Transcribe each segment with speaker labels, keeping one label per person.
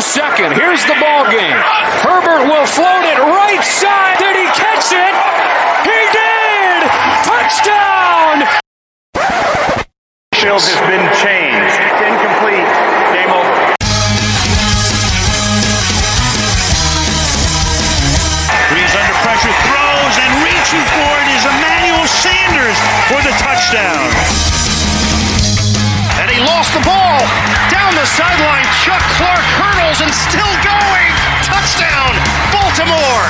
Speaker 1: second. Here's the ball game. Herbert will float it right side. Did he catch it? He did! Touchdown!
Speaker 2: Field has been changed. It's incomplete. Game over.
Speaker 3: Reeves under pressure, throws, and reaching for it is Emmanuel Sanders for the touchdown.
Speaker 4: And he lost the ball. Down the sideline, Chuck Clark hurdles and still going. Touchdown, Baltimore.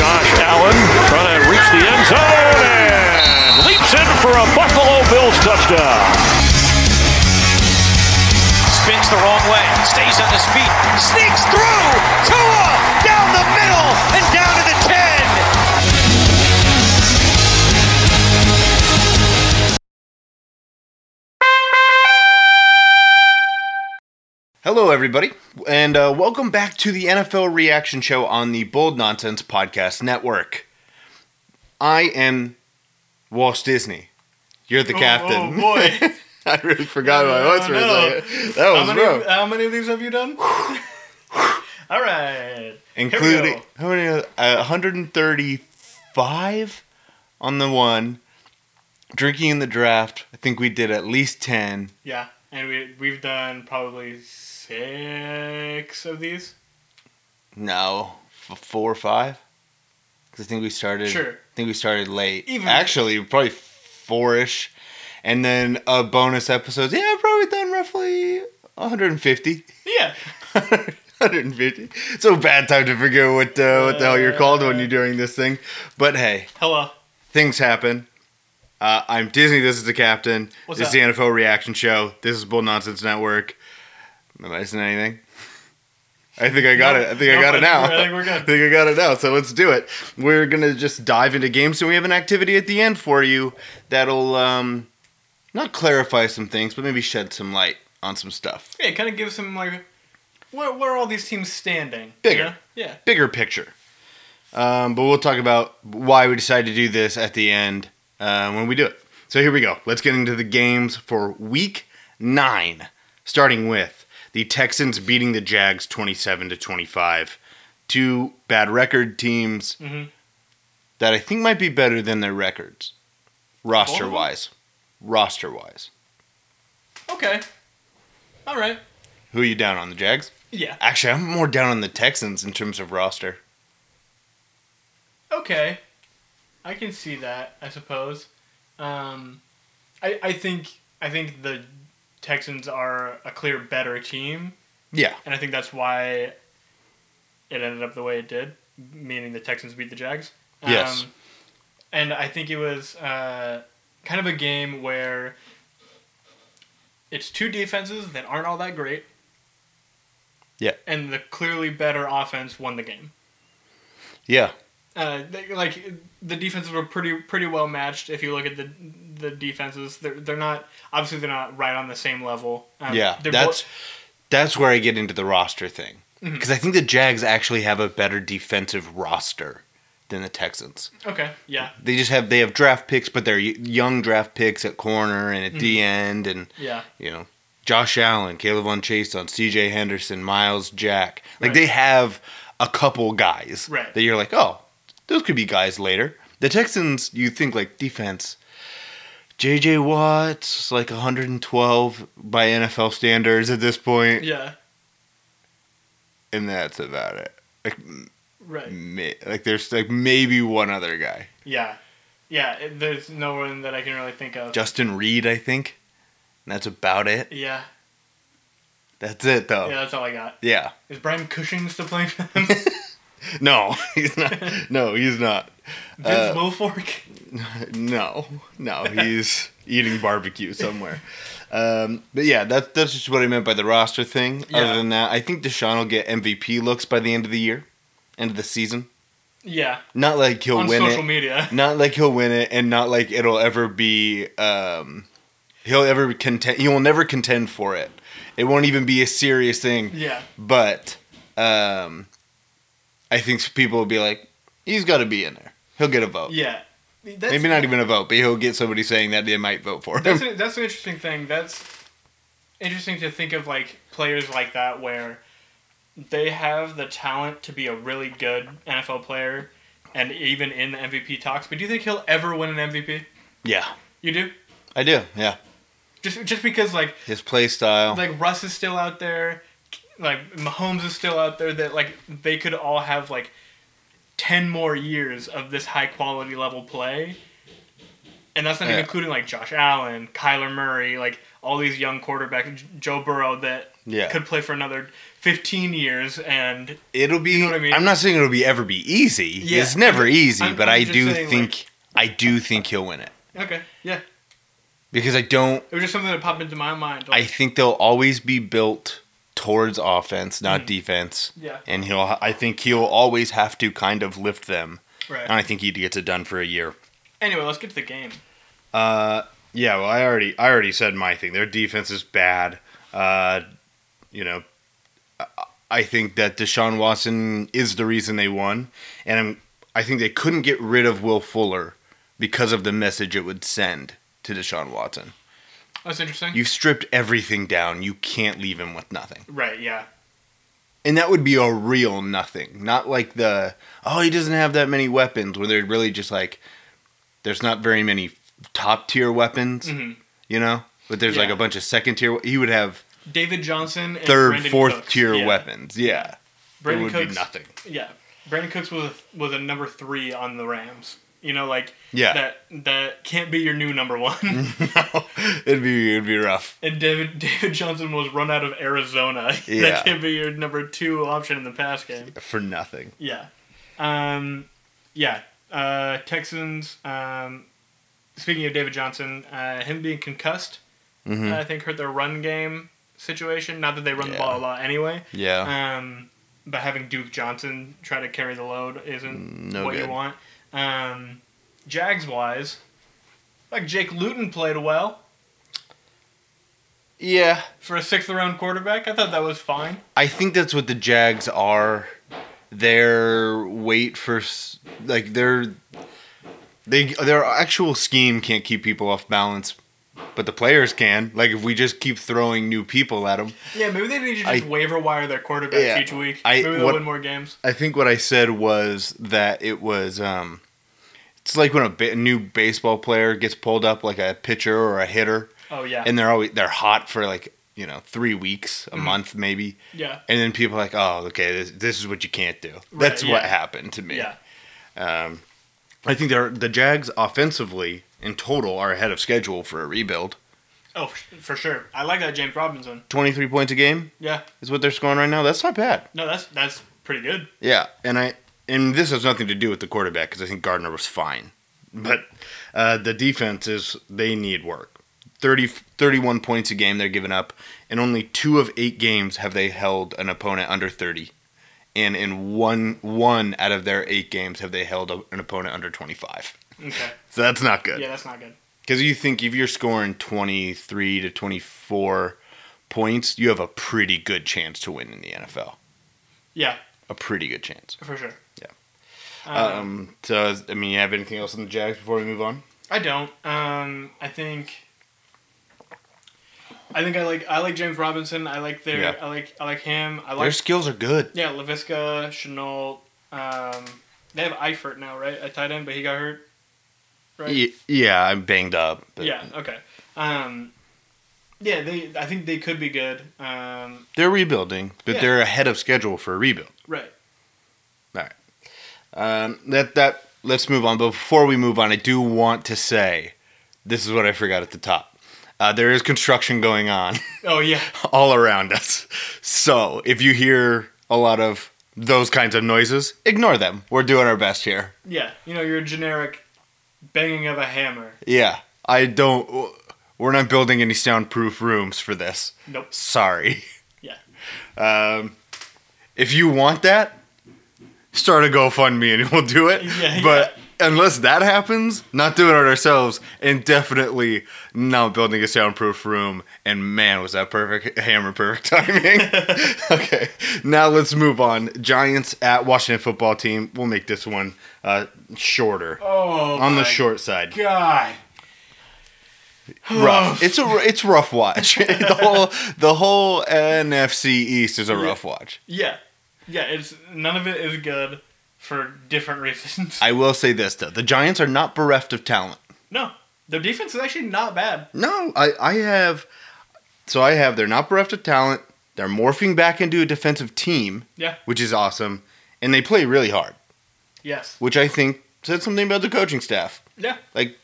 Speaker 3: Josh Allen trying to reach the end zone and leaps in for a Buffalo Bills touchdown.
Speaker 5: Spins the wrong way, stays on his feet, sneaks through. Tua down the middle and down to the 10.
Speaker 4: Hello, everybody, and uh, welcome back to the NFL Reaction Show on the Bold Nonsense Podcast Network. I am Walt Disney. You're the captain.
Speaker 6: Oh boy! Uh,
Speaker 4: I really forgot who I was for
Speaker 6: no.
Speaker 4: a second. That
Speaker 6: how,
Speaker 4: was
Speaker 6: many,
Speaker 4: rough.
Speaker 6: how many of these have you done? All right.
Speaker 4: Including
Speaker 6: go.
Speaker 4: how many? Uh, 135 on the one. Drinking in the draft. I think we did at least 10.
Speaker 6: Yeah, and we we've done probably six of these.
Speaker 4: No, f- four or five. Because I think we started.
Speaker 6: Sure.
Speaker 4: I think we started late.
Speaker 6: Even-
Speaker 4: Actually, probably four-ish, and then a bonus episodes. Yeah, I've probably done roughly 150.
Speaker 6: Yeah.
Speaker 4: 150. So bad time to figure what uh, what the hell you're called when you're doing this thing. But hey,
Speaker 6: Hello.
Speaker 4: things happen. Uh, I'm Disney. This is the captain.
Speaker 6: What's
Speaker 4: this is the NFL Reaction Show. This is Bull Nonsense Network. Am I missing anything? I think I got it. I think I
Speaker 6: Nope,
Speaker 4: got it now.
Speaker 6: I think we're good.
Speaker 4: I think I got it now. So let's do it. We're gonna just dive into games, and we have an activity at the end for you that'll um, not clarify some things, but maybe shed some light on some stuff.
Speaker 6: Yeah, kind of gives them like, where where are all these teams standing?
Speaker 4: Bigger.
Speaker 6: Yeah. Yeah.
Speaker 4: bigger picture. Um, but we'll talk about why we decided to do this at the end uh, when we do it. So here we go. Let's get into the games for week nine, starting with the Texans beating the Jags 27 to 25. Two bad record teams
Speaker 6: Mhm.
Speaker 4: that I think might be better than their records, roster wise. Roster wise.
Speaker 6: Okay. All right.
Speaker 4: Who are you down on, the Jags?
Speaker 6: Yeah.
Speaker 4: Actually, I'm more down on the Texans in terms of roster.
Speaker 6: Okay. I can see that, I suppose. Um, I I think I think the Texans are a clear better team.
Speaker 4: Yeah.
Speaker 6: And I think that's why it ended up the way it did, meaning the Texans beat the Jags. Um,
Speaker 4: Yes.
Speaker 6: And I think it was uh, kind of a game where it's two defenses that aren't all that great.
Speaker 4: Yeah.
Speaker 6: And the clearly better offense won the game.
Speaker 4: Yeah.
Speaker 6: Uh, they, like the defenses were pretty pretty well matched. If you look at the the defenses, they're they're not obviously they're not right on the same level. Um,
Speaker 4: Yeah,
Speaker 6: they're
Speaker 4: that's
Speaker 6: both- Mm-hmm.
Speaker 4: that's where I get into the roster thing because I think the Jags actually have a better defensive roster than the Texans.
Speaker 6: okay. Yeah,
Speaker 4: They just have they have draft picks, but they're y- young draft picks at corner
Speaker 6: Mm-hmm.
Speaker 4: and at the end, and
Speaker 6: yeah.
Speaker 4: you know Josh Allen, Caleb on Chase on C.J. Henderson, Miles Jack. Like
Speaker 6: Right.
Speaker 4: they have a couple guys
Speaker 6: Right.
Speaker 4: that you're like, oh, those could be guys later. The Texans, you think like defense. J.J. Watt's like 112 by NFL standards at this point
Speaker 6: Yeah.
Speaker 4: and that's about it. Like, m-
Speaker 6: Right.
Speaker 4: may, like there's like maybe one other guy,
Speaker 6: Yeah. Yeah. it- There's no one that I can really think of.
Speaker 4: Justin Reed, I think. And that's about it.
Speaker 6: yeah.
Speaker 4: That's it though.
Speaker 6: Yeah.
Speaker 4: Yeah.
Speaker 6: That's all I got. Is Brian Cushing still playing for them?
Speaker 4: No, he's not. No, he's not.
Speaker 6: Vince Wilfork.
Speaker 4: No, no, he's eating barbecue somewhere. Um, but yeah, that, that's just what I meant by the roster thing.
Speaker 6: Yeah.
Speaker 4: Other than that, I think Deshaun will get MVP looks by the end of the year, end of the season.
Speaker 6: Yeah.
Speaker 4: Not like he'll
Speaker 6: On
Speaker 4: win
Speaker 6: social
Speaker 4: it.
Speaker 6: media.
Speaker 4: not like he'll win it and not like it'll ever be um he'll ever contend he will never contend for it it won't even be a serious thing
Speaker 6: Yeah.
Speaker 4: but um i think people will be like he's got to be in there he'll get a vote
Speaker 6: Yeah. That's,
Speaker 4: maybe not even a vote but he'll get somebody saying that they might vote for him
Speaker 6: That's an, that's an interesting thing. That's interesting to think of like players like that where they have the talent to be a really good NFL player and even in the MVP talks. But do you think he'll ever win an MVP?
Speaker 4: Yeah,
Speaker 6: You do?
Speaker 4: I do. Yeah,
Speaker 6: Just just because like
Speaker 4: his play style.
Speaker 6: like Russ is still out there, like Mahomes is still out there. That like they could all have like ten more years of this high quality level play, and that's not
Speaker 4: Yeah.
Speaker 6: even including like Josh Allen, Kyler Murray, like all these young quarterbacks, J- Joe Burrow that
Speaker 4: Yeah.
Speaker 6: could play for another fifteen years. And
Speaker 4: it'll be.
Speaker 6: know what I mean?
Speaker 4: am not saying it'll be ever be easy.
Speaker 6: Yeah.
Speaker 4: It's never easy,
Speaker 6: I'm-
Speaker 4: but
Speaker 6: I'm
Speaker 4: i
Speaker 6: just
Speaker 4: do
Speaker 6: saying,
Speaker 4: think I do think he'll win it
Speaker 6: okay, yeah,
Speaker 4: because I don't.
Speaker 6: it was just something that popped into my mind.
Speaker 4: I
Speaker 6: Like,
Speaker 4: think they'll always be built towards offense, not defense.
Speaker 6: Mm. Yeah.
Speaker 4: and he'll. I think he'll always have to kind of lift them, and
Speaker 6: right.
Speaker 4: I think he gets it done for a year.
Speaker 6: Anyway, let's get to the game.
Speaker 4: Uh, yeah. Well, I already I already said my thing. Their defense is bad. Uh, you know, I- I think that Deshaun Watson is the reason they won, and I'm, I think they couldn't get rid of Will Fuller because of the message it would send to Deshaun Watson.
Speaker 6: That's interesting.
Speaker 4: You've stripped everything down. You can't leave him with nothing.
Speaker 6: right? Yeah.
Speaker 4: And that would be a real nothing, not like the oh he doesn't have that many weapons when they're really just like there's not very many top tier weapons,
Speaker 6: Mhm.
Speaker 4: you know. But there's like
Speaker 6: Yeah.
Speaker 4: a bunch of second tier. He would have
Speaker 6: David Johnson, and
Speaker 4: third,
Speaker 6: Brandon
Speaker 4: fourth
Speaker 6: Cooks.
Speaker 4: tier
Speaker 6: yeah.
Speaker 4: weapons. Yeah,
Speaker 6: Brandon
Speaker 4: it would
Speaker 6: Cooks,
Speaker 4: be nothing.
Speaker 6: Yeah, Brandon Cooks was a, was a number three on the Rams. You know, like
Speaker 4: Yeah. Mm-hmm.
Speaker 6: that that can't be your new number one.
Speaker 4: it'd be it'd be rough.
Speaker 6: and David David Johnson was run out of Arizona.
Speaker 4: Yeah.
Speaker 6: that can't be your number two option in the pass game.
Speaker 4: For nothing.
Speaker 6: Yeah, um, yeah. Uh, Texans. Um, speaking of David Johnson, uh, him being concussed,
Speaker 4: Mhm.
Speaker 6: uh, I think hurt their run game situation. Not that they run the
Speaker 4: Yeah.
Speaker 6: ball a lot anyway.
Speaker 4: Yeah.
Speaker 6: Um, but having Duke Johnson try to carry the load isn't
Speaker 4: no
Speaker 6: what you
Speaker 4: good.
Speaker 6: want. Um, Jags wise, like Jake Luton played well
Speaker 4: yeah.
Speaker 6: for a sixth round quarterback. I thought that was fine.
Speaker 4: I think that's what the Jags are. Their wait for s- like their they their actual scheme can't keep people off balance, but the players can. Like if we just keep throwing new people at them.
Speaker 6: Yeah, maybe they need to just
Speaker 4: I-
Speaker 6: waiver wire their quarterbacks
Speaker 4: Yeah.
Speaker 6: each week.
Speaker 4: I-
Speaker 6: maybe they'll
Speaker 4: what-
Speaker 6: win more games.
Speaker 4: I think what I said was that it was um it's like when a ba- new baseball player gets pulled up like a pitcher or a hitter
Speaker 6: Oh yeah,
Speaker 4: and they're always they're hot for like, you know, 3 weeks,
Speaker 6: Mm-hmm.
Speaker 4: a month maybe.
Speaker 6: yeah,
Speaker 4: And then people are like, "Oh, okay, this, this is what you can't do." That's
Speaker 6: Right,
Speaker 4: what
Speaker 6: yeah.
Speaker 4: happened to me.
Speaker 6: yeah.
Speaker 4: I think they're the Jags offensively in total are ahead of schedule for a rebuild.
Speaker 6: Oh, f- for sure. I like that James Robinson.
Speaker 4: Twenty three points a game
Speaker 6: Yeah,
Speaker 4: is what they're scoring right now. That's not bad.
Speaker 6: no, that's that's pretty good.
Speaker 4: Yeah, and I and this has nothing to do with the quarterback because I think Gardner was fine, but uh, the defense is they need work. 30, 31 points a game they're giving up, and only two of eight games have they held an opponent under thirty, and in one one out of their eight games have they held a- an opponent under twenty five.
Speaker 6: Okay,
Speaker 4: So that's not good.
Speaker 6: yeah, that's not good.
Speaker 4: Because you think if you're scoring 23 to 24 points, you have a pretty good chance to win in the NFL.
Speaker 6: Yeah,
Speaker 4: A pretty good chance.
Speaker 6: for sure.
Speaker 4: Yeah.
Speaker 6: Um,
Speaker 4: Um, so, I mean, you have anything else on the Jags before we move on?
Speaker 6: I don't. Um, I think. I think I like I like James Robinson. I like their
Speaker 4: Yeah.
Speaker 6: I like I like him. I
Speaker 4: Their
Speaker 6: like
Speaker 4: skills are good.
Speaker 6: yeah Lavisca Chenault. Um, they have Eifert now, right? At tight end, but he got hurt. Right.
Speaker 4: Y- yeah, I'm banged up. But
Speaker 6: Yeah. Okay. Um, yeah. They. I think they could be good. Um,
Speaker 4: They're rebuilding, but
Speaker 6: Yeah.
Speaker 4: they're ahead of schedule for a rebuild.
Speaker 6: right.
Speaker 4: Um, that, that, let's move on. But before we move on, I do want to say this is what I forgot at the top. Uh, there is construction going on.
Speaker 6: Oh yeah.
Speaker 4: all around us. So if you hear a lot of those kinds of noises, ignore them. We're doing our best here.
Speaker 6: Yeah. You know your generic banging of a hammer.
Speaker 4: Yeah, I don't. We're not building any soundproof rooms for this.
Speaker 6: Nope.
Speaker 4: Sorry.
Speaker 6: Yeah.
Speaker 4: Um, if you want that, start a GoFundMe and we'll do it.
Speaker 6: Yeah,
Speaker 4: but unless that happens, not doing it ourselves and definitely not building a soundproof room. And man, was that perfect hammer perfect timing. okay, now let's move on. Giants at Washington football team. We'll make this one uh, shorter.
Speaker 6: Oh.
Speaker 4: on the
Speaker 6: my
Speaker 4: short side.
Speaker 6: God.
Speaker 4: rough. It's a it's rough watch. the whole the whole NFC East is a rough watch.
Speaker 6: Yeah, yeah. It's none of it is good for different reasons.
Speaker 4: I will say this though: the Giants are not bereft of talent.
Speaker 6: no, their defense is actually not bad.
Speaker 4: No, I I have so I have they're not bereft of talent. They're morphing back into a defensive team,
Speaker 6: Yeah.
Speaker 4: which is awesome, and they play really hard,
Speaker 6: Yes.
Speaker 4: which I think said something about the coaching staff.
Speaker 6: Yeah.
Speaker 4: Like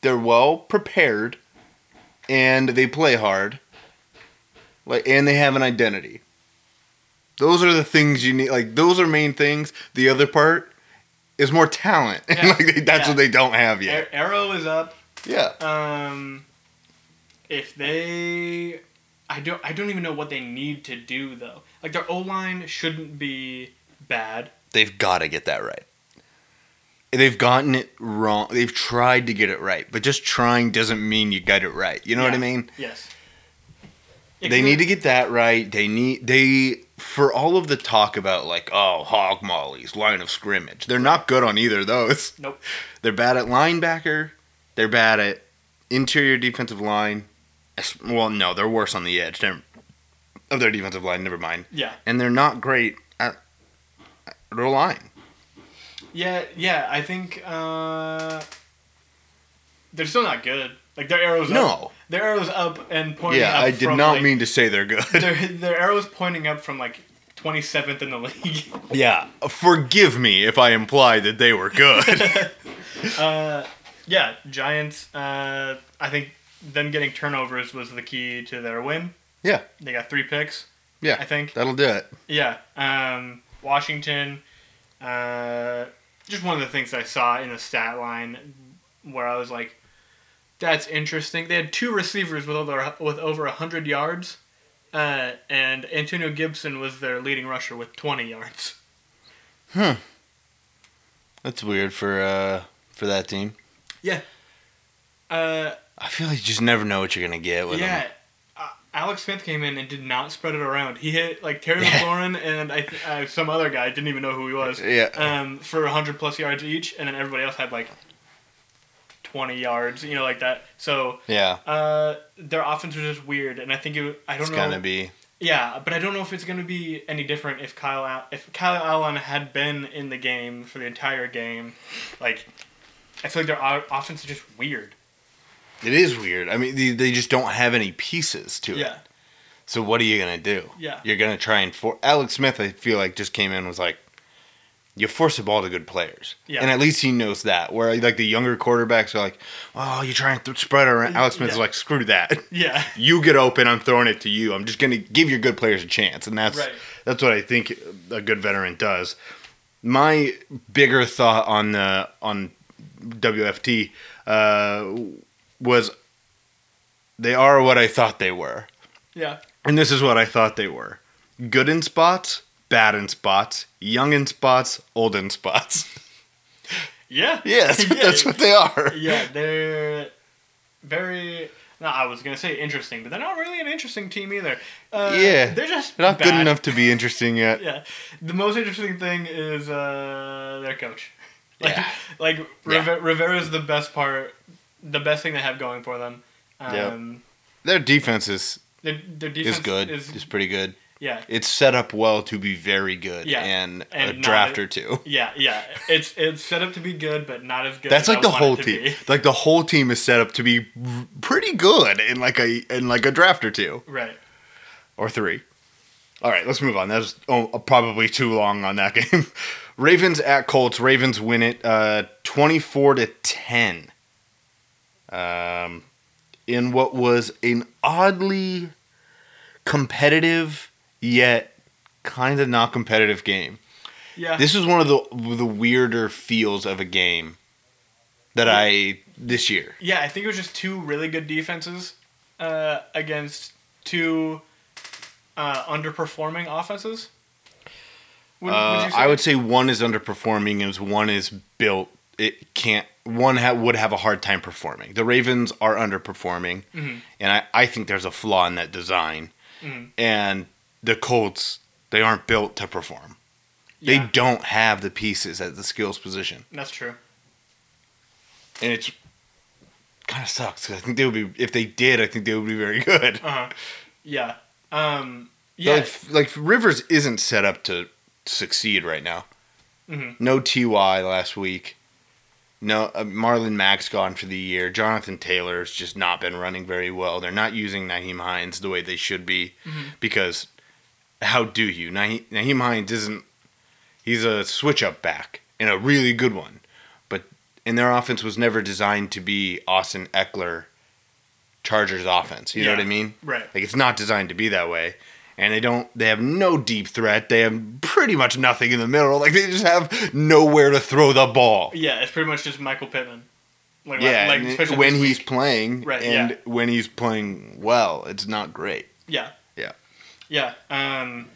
Speaker 4: they're well prepared and they play hard. Like and they have an identity. Those are the things you need. Like those are main things. The other part is more talent. And
Speaker 6: Yeah.
Speaker 4: like they, that's
Speaker 6: Yeah.
Speaker 4: what they don't have yet.
Speaker 6: Ar- Arrow is up.
Speaker 4: Yeah.
Speaker 6: Um, if they, I don't, I don't even know what they need to do though. Like their O line shouldn't be bad.
Speaker 4: They've got to get that right. They've gotten it wrong. They've tried to get it right, but just trying doesn't mean you got it right. You know what I
Speaker 6: Yeah.
Speaker 4: mean?
Speaker 6: Yes.
Speaker 4: They need to get that right. They need they for all of the talk about like oh hog mollies line of scrimmage. They're not good on either of those.
Speaker 6: Nope.
Speaker 4: They're bad at linebacker. They're bad at interior defensive line. Es- Well, no, they're worse on the edge. Never- of their defensive line. Never mind.
Speaker 6: Yeah.
Speaker 4: And they're not great at, at their line.
Speaker 6: Yeah, yeah, I think uh, they're still not good. Like their arrows up.
Speaker 4: No.
Speaker 6: Their arrows up and pointing
Speaker 4: Yeah,
Speaker 6: up
Speaker 4: I did
Speaker 6: from,
Speaker 4: not
Speaker 6: like-
Speaker 4: mean to say they're good.
Speaker 6: their their arrows pointing up from like 27th in the league.
Speaker 4: Yeah. Forgive me if I implied that they were good.
Speaker 6: yeah, Giants uh, I think them getting turnovers was the key to their win.
Speaker 4: yeah.
Speaker 6: They got 3 picks.
Speaker 4: Yeah.
Speaker 6: I think.
Speaker 4: That'll do it.
Speaker 6: Yeah. Um, Washington. Uh, just one of the things I saw in the stat line where I was like, "That's interesting." They had two receivers with over with over hundred yards, uh, and Antonio Gibson was their leading rusher with twenty yards.
Speaker 4: That's weird for uh for that team.
Speaker 6: Uh,
Speaker 4: I feel like you just never know what you're gonna get with
Speaker 6: yeah.
Speaker 4: them.
Speaker 6: Uh, Alex Smith came in and did not spread it around. He hit like Terry McLaurin and I th- uh, some other guy didn't even know who he was.
Speaker 4: Yeah.
Speaker 6: Um, for 100 plus yards each, and then everybody else had like 20 yards, you know, like that. So
Speaker 4: Yeah.
Speaker 6: uh, their offense was just weird, and I think it. I don't
Speaker 4: It's
Speaker 6: know.
Speaker 4: gonna be
Speaker 6: Yeah, but I don't know if it's gonna be any different if Kyle Al- if Kyle Allen had been in the game for the entire game, like I feel like their o- offense is just weird.
Speaker 4: it is weird. I mean they, they just don't have any pieces to it.
Speaker 6: Yeah.
Speaker 4: So what are you gonna do?
Speaker 6: Yeah.
Speaker 4: You're gonna try and for Alex Smith I feel like just came in and was like you force the ball to good players.
Speaker 6: Yeah.
Speaker 4: And at least he knows that. Where like the younger quarterbacks are like, Oh, you try and th- spread it around Alex Smith's
Speaker 6: Yeah.
Speaker 4: like, screw that.
Speaker 6: Yeah.
Speaker 4: you get open, I'm throwing it to you. I'm just going to give your good players a chance, and that's
Speaker 6: Right.
Speaker 4: that's what I think a good veteran does. My bigger thought on the on WFT uh, was they are what I thought they were,
Speaker 6: Yeah.
Speaker 4: and this is what I thought they were: good in spots, bad in spots, young in spots, old in spots.
Speaker 6: Yeah.
Speaker 4: yes, that's what they are.
Speaker 6: yeah, they're very. No, I was gonna say interesting, but they're not really an interesting team either. Uh,
Speaker 4: Yeah.
Speaker 6: they're just
Speaker 4: They're not good
Speaker 6: bad.
Speaker 4: enough to be interesting yet.
Speaker 6: Yeah, the most interesting thing is uh, their coach. Like,
Speaker 4: Yeah.
Speaker 6: like
Speaker 4: Yeah.
Speaker 6: Rive- Rivera's the best part, the best thing they have going for them.
Speaker 4: Yep.
Speaker 6: Um,
Speaker 4: Their defense is
Speaker 6: their, their defense
Speaker 4: is good.
Speaker 6: Is,
Speaker 4: is pretty good.
Speaker 6: yeah,
Speaker 4: it's set up well to be very good
Speaker 6: Yeah,
Speaker 4: and, a
Speaker 6: and not-
Speaker 4: draft or two.
Speaker 6: yeah, yeah. It's it's set up to be good, but not as good.
Speaker 4: That's
Speaker 6: as
Speaker 4: like
Speaker 6: I
Speaker 4: the
Speaker 6: want it
Speaker 4: whole
Speaker 6: to
Speaker 4: team.
Speaker 6: be.
Speaker 4: Like the whole team is set up to be v- pretty good in like a in like a draft or two
Speaker 6: Right.
Speaker 4: or three. All right, let's move on. That was oh, probably too long on that game. Ravens at Colts. Ravens win it uh, 24 to 10. Um, in what was an oddly competitive yet kind of not competitive game.
Speaker 6: Yeah.
Speaker 4: This is one of the the weirder feels of a game that I this year.
Speaker 6: Yeah, I think it was just two really good defenses uh, against two uh, underperforming offenses. Would,
Speaker 4: Uh, I would say one is underperforming and one is built. It can't. One ha- would have a hard time performing. The Ravens are underperforming, and I, I think there's a flaw in that design. And the Colts, they aren't built to perform.
Speaker 6: Yeah,
Speaker 4: They don't have the pieces at the skills position,
Speaker 6: that's true.
Speaker 4: and it's kind of sucks 'cause I think they would be if they did. I think they would be very good.
Speaker 6: Uh-huh. Yeah. Um, yeah.
Speaker 4: Like, like Rivers isn't set up to succeed right now.
Speaker 6: Mhm.
Speaker 4: No Ty last week. No uh, Marlon Mack's gone for the year. Jonathan Taylor's just not been running very well. They're not using Naheem Hines the way they should be
Speaker 6: Mm-hmm.
Speaker 4: because how do you Naheem, Naheem Hines isn't he's a switch up back and a really good one, but and their offense was never designed to be Austin Eckler Chargers offense. You know
Speaker 6: Yeah.
Speaker 4: what I mean?
Speaker 6: Right.
Speaker 4: Like it's not designed to be that way. And they don't they have no deep threat. They have pretty much nothing in the middle. Like they just have nowhere to throw the ball.
Speaker 6: Yeah, it's pretty much just Michael Pittman. Like,
Speaker 4: Yeah,
Speaker 6: like,
Speaker 4: and
Speaker 6: especially
Speaker 4: when
Speaker 6: this
Speaker 4: he's
Speaker 6: week.
Speaker 4: playing
Speaker 6: Right,
Speaker 4: and
Speaker 6: yeah.
Speaker 4: when he's playing well, it's not great.
Speaker 6: yeah,
Speaker 4: Yeah.
Speaker 6: yeah. Um,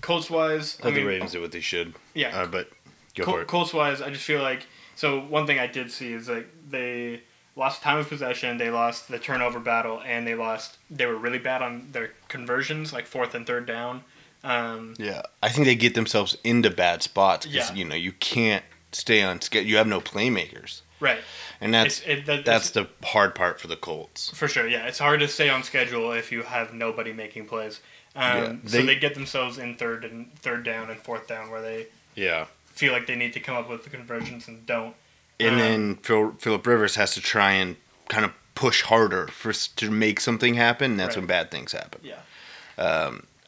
Speaker 6: Colts wise, I
Speaker 4: But the
Speaker 6: mean,
Speaker 4: Ravens did what they should.
Speaker 6: yeah,
Speaker 4: Uh, but go for
Speaker 6: Col-
Speaker 4: it.
Speaker 6: Colts wise, I just feel like so. One thing I did see is like they lost time of possession, they lost the turnover battle, and they lost. They were really bad on their conversions, like fourth and third down. Um,
Speaker 4: Yeah, I think they get themselves into bad spots because
Speaker 6: Yeah.
Speaker 4: you know you can't stay on schedule. You have no playmakers,
Speaker 6: right.
Speaker 4: and that's
Speaker 6: It's- it- that-
Speaker 4: that's the hard part for the Colts.
Speaker 6: For sure, yeah. It's hard to stay on schedule if you have nobody making plays. Um,
Speaker 4: Yeah,
Speaker 6: so
Speaker 4: they-
Speaker 6: they get themselves in third and third down and fourth down where they
Speaker 4: Yeah,
Speaker 6: feel like they need to come up with the conversions and don't.
Speaker 4: and
Speaker 6: Um,
Speaker 4: then Phil, Philip Rivers has to try and kind of push harder for s- to make something happen. and That's
Speaker 6: Right.
Speaker 4: when bad things happen. Um,
Speaker 6: Yeah.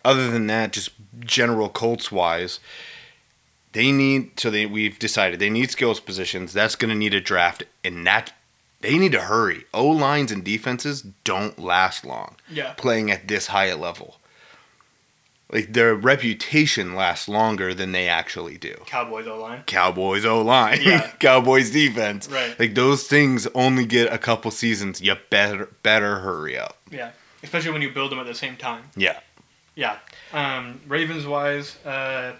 Speaker 4: Other than that, just general Colts wise, they need so they we've decided they need skills positions. That's going to need a draft, and that they need to hurry. O lines and defenses don't last long.
Speaker 6: Yeah.
Speaker 4: playing at this high a level. Like their reputation lasts longer than they actually do.
Speaker 6: Cowboys O line.
Speaker 4: Cowboys O line,
Speaker 6: Yeah.
Speaker 4: Cowboys defense,
Speaker 6: Right.
Speaker 4: Like those things only get a couple seasons. You better better hurry up.
Speaker 6: Yeah. Especially when you build them at the same time.
Speaker 4: Yeah,
Speaker 6: Yeah. Um, Ravens wise, uh,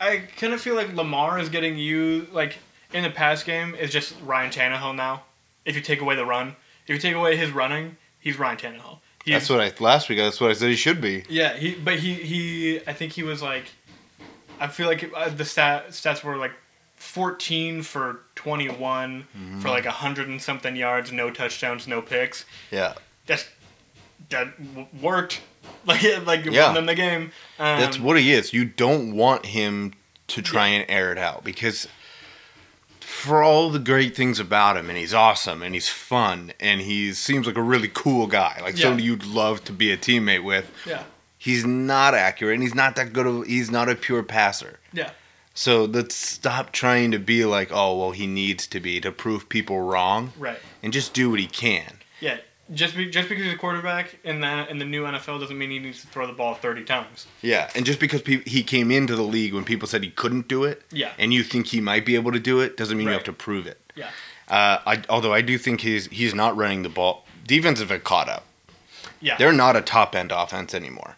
Speaker 6: I kind of feel like Lamar is getting used like in the pass game is just Ryan Tannehill now. If you take away the run, if you take away his running, he's Ryan Tannehill. He's,
Speaker 4: that's what I last week. That's what I said he should be.
Speaker 6: Yeah, he but he he I think he was like I feel like uh, the stat stats were like 14 for 21
Speaker 4: Mm-hmm.
Speaker 6: for like 100 and something yards, no touchdowns, no picks.
Speaker 4: Yeah,
Speaker 6: That's that w- worked. Like it- like it
Speaker 4: Yeah.
Speaker 6: won them the game. Um,
Speaker 4: that's what he is. You don't want him to try and air it out because for all the great things about him and he's awesome and he's fun and he seems like a really cool guy like
Speaker 6: Yeah.
Speaker 4: somebody you'd love to be a teammate with
Speaker 6: yeah.
Speaker 4: He's not accurate and he's not that good of he's not a pure passer.
Speaker 6: Yeah.
Speaker 4: So let's stop trying to be like, oh well he needs to be to prove people wrong
Speaker 6: Right.
Speaker 4: and just do what he can.
Speaker 6: Yeah. Just be, just because he's a quarterback in that in the new NFL doesn't mean he needs to throw the ball 30 times.
Speaker 4: Yeah. And just because pe- he came into the league when people said he couldn't do it
Speaker 6: Yeah.
Speaker 4: and you think he might be able to do it doesn't mean you
Speaker 6: Right.
Speaker 4: have to prove it.
Speaker 6: Yeah.
Speaker 4: Uh, I, although I do think he's he's not running the ball. Defensive have caught up.
Speaker 6: Yeah.
Speaker 4: They're not a top end offense anymore.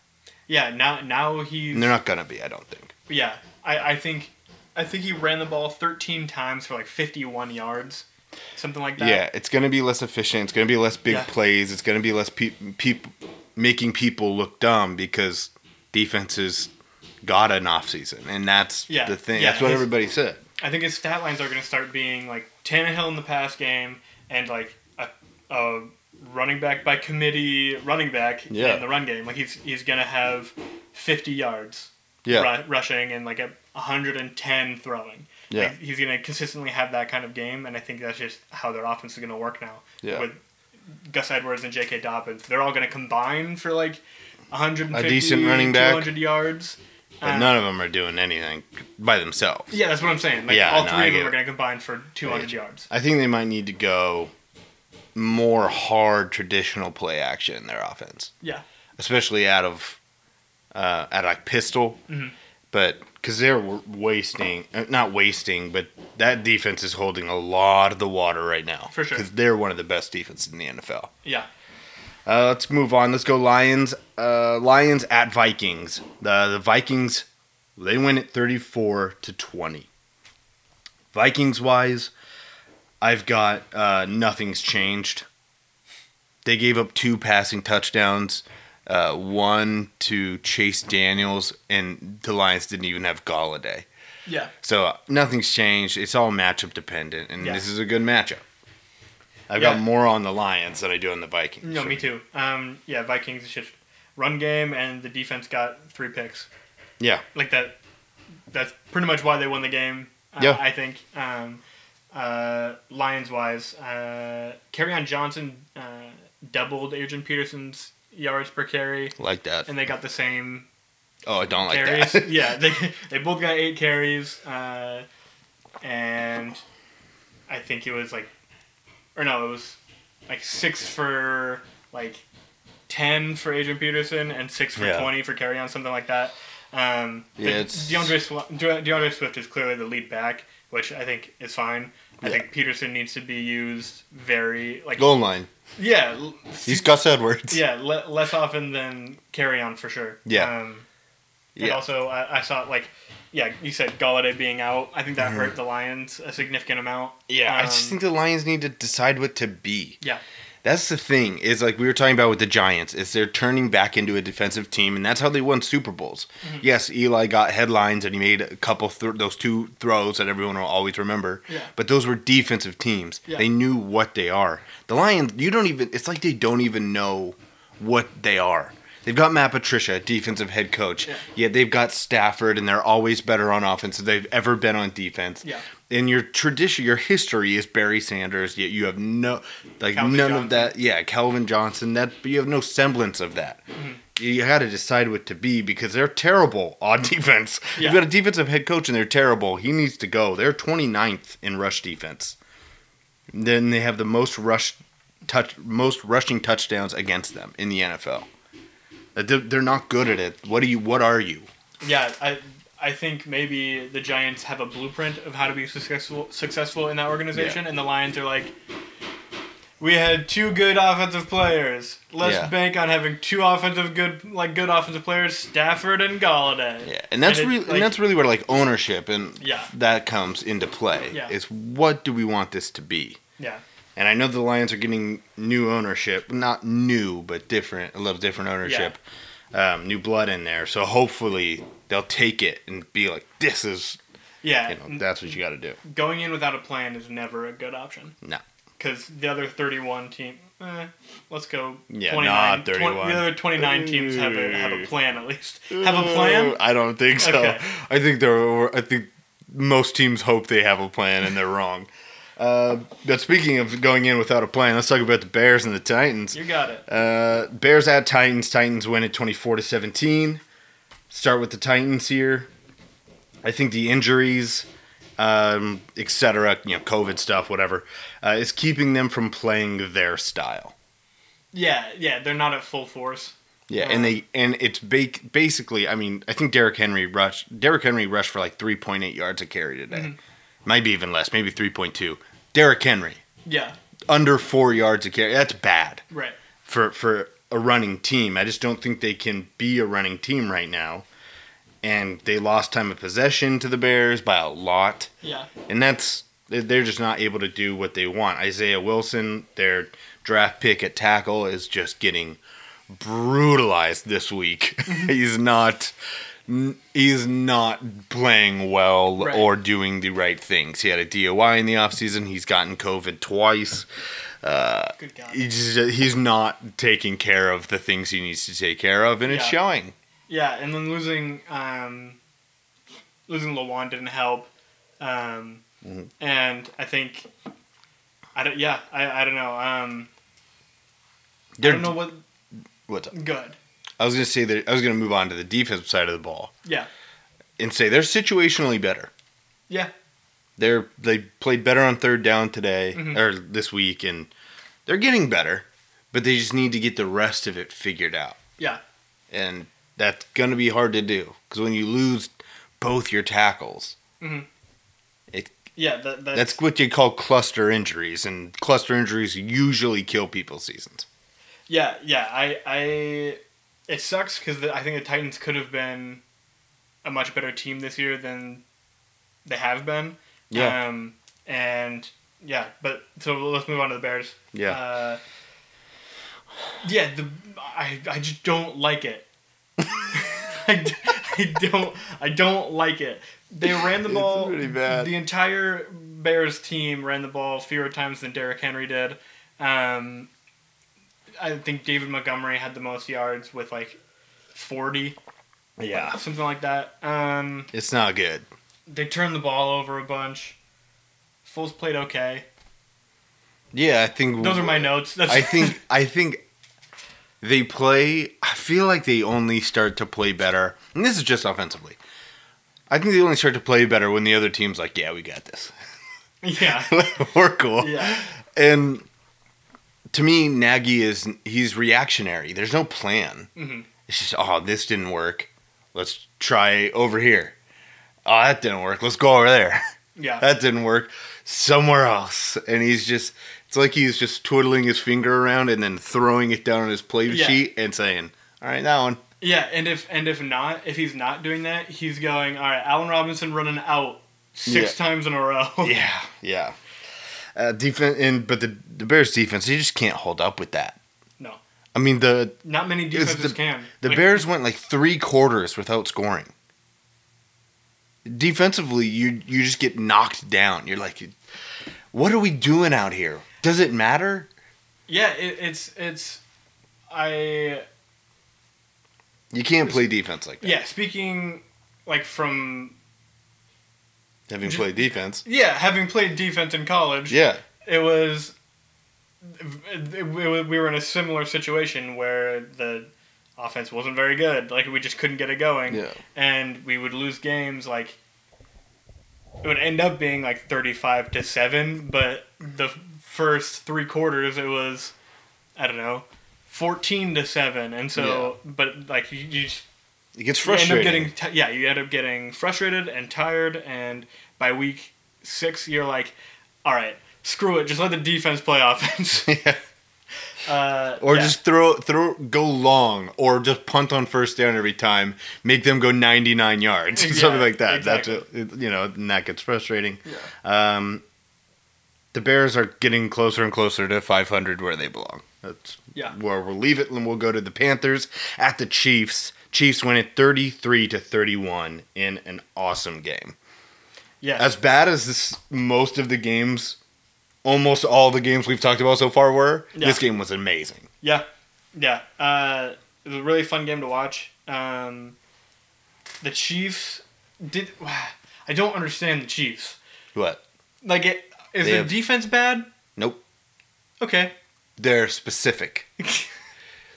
Speaker 6: yeah, now now he's
Speaker 4: And they're not gonna be, I don't think.
Speaker 6: Yeah, I, I think I think he ran the ball 13 times for like 51 yards, something like that.
Speaker 4: Yeah, it's going to be less efficient. It's going to be less big
Speaker 6: Yeah.
Speaker 4: plays. It's going to be less pe- peop making people look dumb because defenses got an offseason. And that's
Speaker 6: Yeah,
Speaker 4: the thing.
Speaker 6: yeah,
Speaker 4: that's what
Speaker 6: his-
Speaker 4: everybody said.
Speaker 6: I think his stat lines are going to start being like Tannehill in the pass game and like a, a running back by committee running back
Speaker 4: Yeah.
Speaker 6: in the run game. Like he's he's going to have 50 yards
Speaker 4: Yeah.
Speaker 6: ru- rushing and like a 110 throwing.
Speaker 4: Yeah.
Speaker 6: Like, he's going to consistently have that kind of game, and I think that's just how their offense is going to work now.
Speaker 4: Yeah.
Speaker 6: With Gus Edwards and J.K. Dobbins, they're all going to combine for like 150,
Speaker 4: A decent running back.
Speaker 6: 200 yards.
Speaker 4: But
Speaker 6: Uh,
Speaker 4: none of them are doing anything by themselves.
Speaker 6: Yeah, that's what I'm saying. Like
Speaker 4: Yeah,
Speaker 6: all
Speaker 4: no,
Speaker 6: three
Speaker 4: I
Speaker 6: of
Speaker 4: get
Speaker 6: them
Speaker 4: it.
Speaker 6: are going to combine for 200 yards.
Speaker 4: I think they might need to go more hard traditional play action in their offense,
Speaker 6: Yeah.
Speaker 4: especially out of uh, out of like pistol.
Speaker 6: Mm-hmm.
Speaker 4: But because they're w- wasting, uh, not wasting, but that defense is holding a lot of the water right now.
Speaker 6: For sure.
Speaker 4: Because they're one of the best defenses in the NFL.
Speaker 6: Yeah.
Speaker 4: Uh, let's move on. Let's go Lions. Uh, Lions at Vikings. The the Vikings, they win it thirty four to twenty. Vikings wise, I've got uh, nothing's changed. They gave up two passing touchdowns, uh, one to Chase Daniels, and the Lions didn't even have Galladay.
Speaker 6: Yeah.
Speaker 4: So uh, nothing's changed. It's all matchup dependent, and
Speaker 6: Yeah.
Speaker 4: this is a good matchup. I've
Speaker 6: Yeah.
Speaker 4: got more on the Lions than I do on the Vikings.
Speaker 6: No, me too. Um, yeah, Vikings shit. Run game and the defense got three picks.
Speaker 4: Yeah.
Speaker 6: Like that. That's pretty much why they won the game. Uh,
Speaker 4: Yeah.
Speaker 6: I think. Um, uh, Lions wise, uh, Carryon Johnson uh, doubled Adrian Peterson's yards per carry,
Speaker 4: Like that.
Speaker 6: and they got the same
Speaker 4: Oh, I don't like
Speaker 6: carries.
Speaker 4: that.
Speaker 6: yeah, they they both got eight carries, uh, and I think it was like, or no, it was like six for like ten for Adrian Peterson and six for
Speaker 4: Yeah.
Speaker 6: twenty for carry on something like that. Um, but
Speaker 4: Yeah, it's-
Speaker 6: DeAndre Swi- De- DeAndre Swift is clearly the lead back, which I think is fine. I
Speaker 4: Yeah.
Speaker 6: think Peterson needs to be used very like
Speaker 4: Goal line.
Speaker 6: yeah l-
Speaker 4: He's Gus Edwards.
Speaker 6: yeah, le- less often than carry on for sure.
Speaker 4: Yeah.
Speaker 6: Um, and
Speaker 4: Yeah.
Speaker 6: also, I, I saw like, yeah, you said Galladay being out. I think that hurt the Lions a significant amount.
Speaker 4: Mm-hmm. Yeah, I
Speaker 6: Um,
Speaker 4: just think the Lions need to decide what to be.
Speaker 6: Yeah.
Speaker 4: That's the thing is like we were talking about with the Giants is they're turning back into a defensive team and that's how they won Super Bowls.
Speaker 6: Mm-hmm.
Speaker 4: Yes, Eli got headlines and he made a couple th- those two throws that everyone will always remember.
Speaker 6: Yeah.
Speaker 4: But those were defensive teams.
Speaker 6: Yeah.
Speaker 4: They knew what they are. The Lions, you don't even it's like they don't even know what they are. They've got Matt Patricia, defensive head coach.
Speaker 6: Yeah.
Speaker 4: Yet they've got Stafford, and they're always better on offense than they've ever been on defense.
Speaker 6: Yeah.
Speaker 4: And your tradition, your history is Barry Sanders. Yet you have no, like
Speaker 6: Calvin
Speaker 4: none
Speaker 6: Johnson.
Speaker 4: of that. Yeah, Calvin Johnson. That but you have no semblance of that.
Speaker 6: Mm-hmm.
Speaker 4: You got to decide what to be because they're terrible on defense.
Speaker 6: Yeah.
Speaker 4: You've got a defensive head coach and they're terrible. He needs to go. They're 29th in rush defense. Then they have the most rush touch, most rushing touchdowns against them in the NFL. Uh, They're they're not good at it. What are you? What are you?
Speaker 6: Yeah, I I think maybe the Giants have a blueprint of how to be successful successful in that organization, and the Lions are like, we had two good offensive players. Let's
Speaker 4: Yeah.
Speaker 6: bank on having two offensive good like good offensive players, Stafford and Galladay.
Speaker 4: Yeah, and that's
Speaker 6: it,
Speaker 4: really
Speaker 6: like-
Speaker 4: and that's really where like ownership and
Speaker 6: Yeah.
Speaker 4: that comes into play.
Speaker 6: Yeah.
Speaker 4: Is what do we want this to be?
Speaker 6: yeah.
Speaker 4: And I know the Lions are getting new ownership, not new, but different, a little different ownership, um, new blood in there. So hopefully they'll take it and be like, this is
Speaker 6: Yeah,
Speaker 4: you know that's what you got to do.
Speaker 6: going in without a plan is never a good option
Speaker 4: No.
Speaker 6: because the other 31 team eh, let's go
Speaker 4: Yeah,
Speaker 6: 29
Speaker 4: not
Speaker 6: twen-
Speaker 4: 31.
Speaker 6: the other 29 teams have a, have a plan at least have a plan
Speaker 4: Uh, I don't think so.
Speaker 6: Okay.
Speaker 4: I think they're. I think most teams hope they have a plan and they're wrong. Uh, but speaking of going in without a plan, let's talk about the Bears and the Titans.
Speaker 6: you got it
Speaker 4: Uh, Bears at Titans. Titans win at 24 to 17. Start with the Titans here. I think the injuries, um, etc., you know, COVID stuff, whatever, uh, is keeping them from playing their style.
Speaker 6: yeah yeah they're not at full force
Speaker 4: Yeah, and they and it's ba- basically. I mean, I think Derrick Henry rushed. Derrick Henry rushed for like 3.8 yards a carry today. Might be even less. Maybe 3.2. Derrick Henry
Speaker 6: yeah
Speaker 4: under four yards a carry. That's bad.
Speaker 6: right
Speaker 4: for for a running team. I just don't think they can be a running team right now. And they lost time of possession to the Bears by a lot,
Speaker 6: yeah
Speaker 4: and that's they're just not able to do what they want. Isaiah Wilson, their draft pick at tackle, is just getting brutalized this week. he's not he's not playing well
Speaker 6: Right.
Speaker 4: or doing the right things. He had a DOI in the offseason. He's gotten COVID twice
Speaker 6: good god
Speaker 4: he's just- he's not taking care of the things he needs to take care of, and it's
Speaker 6: Yeah.
Speaker 4: showing.
Speaker 6: yeah and then losing um losing Lawan didn't help um
Speaker 4: Mm-hmm.
Speaker 6: and I think I don't yeah I, I don't know um I
Speaker 4: They're,
Speaker 6: don't know what
Speaker 4: what's up?
Speaker 6: good
Speaker 4: I was gonna say that I was gonna move on to the defensive side of the ball
Speaker 6: yeah
Speaker 4: and say they're situationally better.
Speaker 6: yeah
Speaker 4: They're they played better on third down today
Speaker 6: Mhm.
Speaker 4: or this week, and they're getting better, but they just need to get the rest of it figured out,
Speaker 6: yeah
Speaker 4: and that's gonna be hard to do because when you lose both your tackles,
Speaker 6: yeah that, that's,
Speaker 4: that's what you call cluster injuries, and cluster injuries usually kill people's seasons.
Speaker 6: Yeah, yeah. I, I, it sucks because I think the Titans could have been a much better team this year than they have been.
Speaker 4: Yeah.
Speaker 6: Um, and yeah, but so let's move on to the Bears.
Speaker 4: Yeah.
Speaker 6: Uh, yeah. The I, I just don't like it. I, d- I don't I don't like it. They ran the ball.
Speaker 4: pretty bad.
Speaker 6: The entire Bears team ran the ball fewer times than Derrick Henry did. Um, I think David Montgomery had the most yards with like 40,
Speaker 4: Yeah.
Speaker 6: something like that. Um,
Speaker 4: It's not good.
Speaker 6: they turned the ball over a bunch. Foles played okay.
Speaker 4: Yeah, I think
Speaker 6: Those are my notes. That's
Speaker 4: I think I think they play. I feel like they only start to play better, and this is just offensively. I think they only start to play better when the other team's like, "Yeah, we got this.
Speaker 6: yeah,
Speaker 4: We're cool."
Speaker 6: yeah,
Speaker 4: And to me, Nagy is he's reactionary. There's no plan.
Speaker 6: Mhm.
Speaker 4: It's just, "Oh, this didn't work. Let's try over here. Oh, that didn't work. Let's go over there."
Speaker 6: yeah.
Speaker 4: that didn't work somewhere else and he's just it's like he's just twiddling his finger around and then throwing it down on his play
Speaker 6: Yeah.
Speaker 4: sheet and saying all right that one
Speaker 6: Yeah, and if and if not, if he's not doing that, he's going all right. Allen Robinson running out six times in a row.
Speaker 4: yeah yeah uh, defense and but the, the bears defense they just can't hold up with that
Speaker 6: No.
Speaker 4: i mean the
Speaker 6: Not many
Speaker 4: It's
Speaker 6: defenses can.
Speaker 4: the
Speaker 6: Like,
Speaker 4: bears went like three quarters without scoring defensively you you just get knocked down you're like what are we doing out here does it matter
Speaker 6: Yeah, it, it's it's. I
Speaker 4: you can't play defense like that
Speaker 6: yeah. Speaking like from
Speaker 4: having played defense
Speaker 6: yeah, having played defense in college.
Speaker 4: yeah
Speaker 6: it was it, it, we were in a similar situation where the offense wasn't very good like we just couldn't get it going
Speaker 4: Yeah.
Speaker 6: and we would lose games like it would end up being like 35 to 7 but the first three quarters it was i don't know 14 to 7 and so but like you, you just
Speaker 4: It gets
Speaker 6: you end up
Speaker 4: frustrating.
Speaker 6: getting ti yeah you end up getting frustrated and tired and by week six you're like all right screw it just let the defense play offense
Speaker 4: Yeah.
Speaker 6: uh,
Speaker 4: or
Speaker 6: yeah.
Speaker 4: just throw throw go long or just punt on first down every time, make them go 99 yards or
Speaker 6: Yeah,
Speaker 4: something like that.
Speaker 6: exactly.
Speaker 4: That's what, you know, and that gets frustrating. Um the Bears are getting closer and closer to 500 where they belong. That's
Speaker 6: Yeah.
Speaker 4: where we'll leave it and we'll go to the Panthers at the Chiefs. Chiefs win it 33 to 31 in an awesome game.
Speaker 6: yeah
Speaker 4: as bad as this most of the games almost all the games we've talked about so far were
Speaker 6: Yeah.
Speaker 4: this game was amazing
Speaker 6: yeah yeah uh, it was a really fun game to watch um, the chiefs did i don't understand the chiefs
Speaker 4: what
Speaker 6: like it is
Speaker 4: They
Speaker 6: their
Speaker 4: have-
Speaker 6: defense bad
Speaker 4: nope
Speaker 6: okay
Speaker 4: they're specific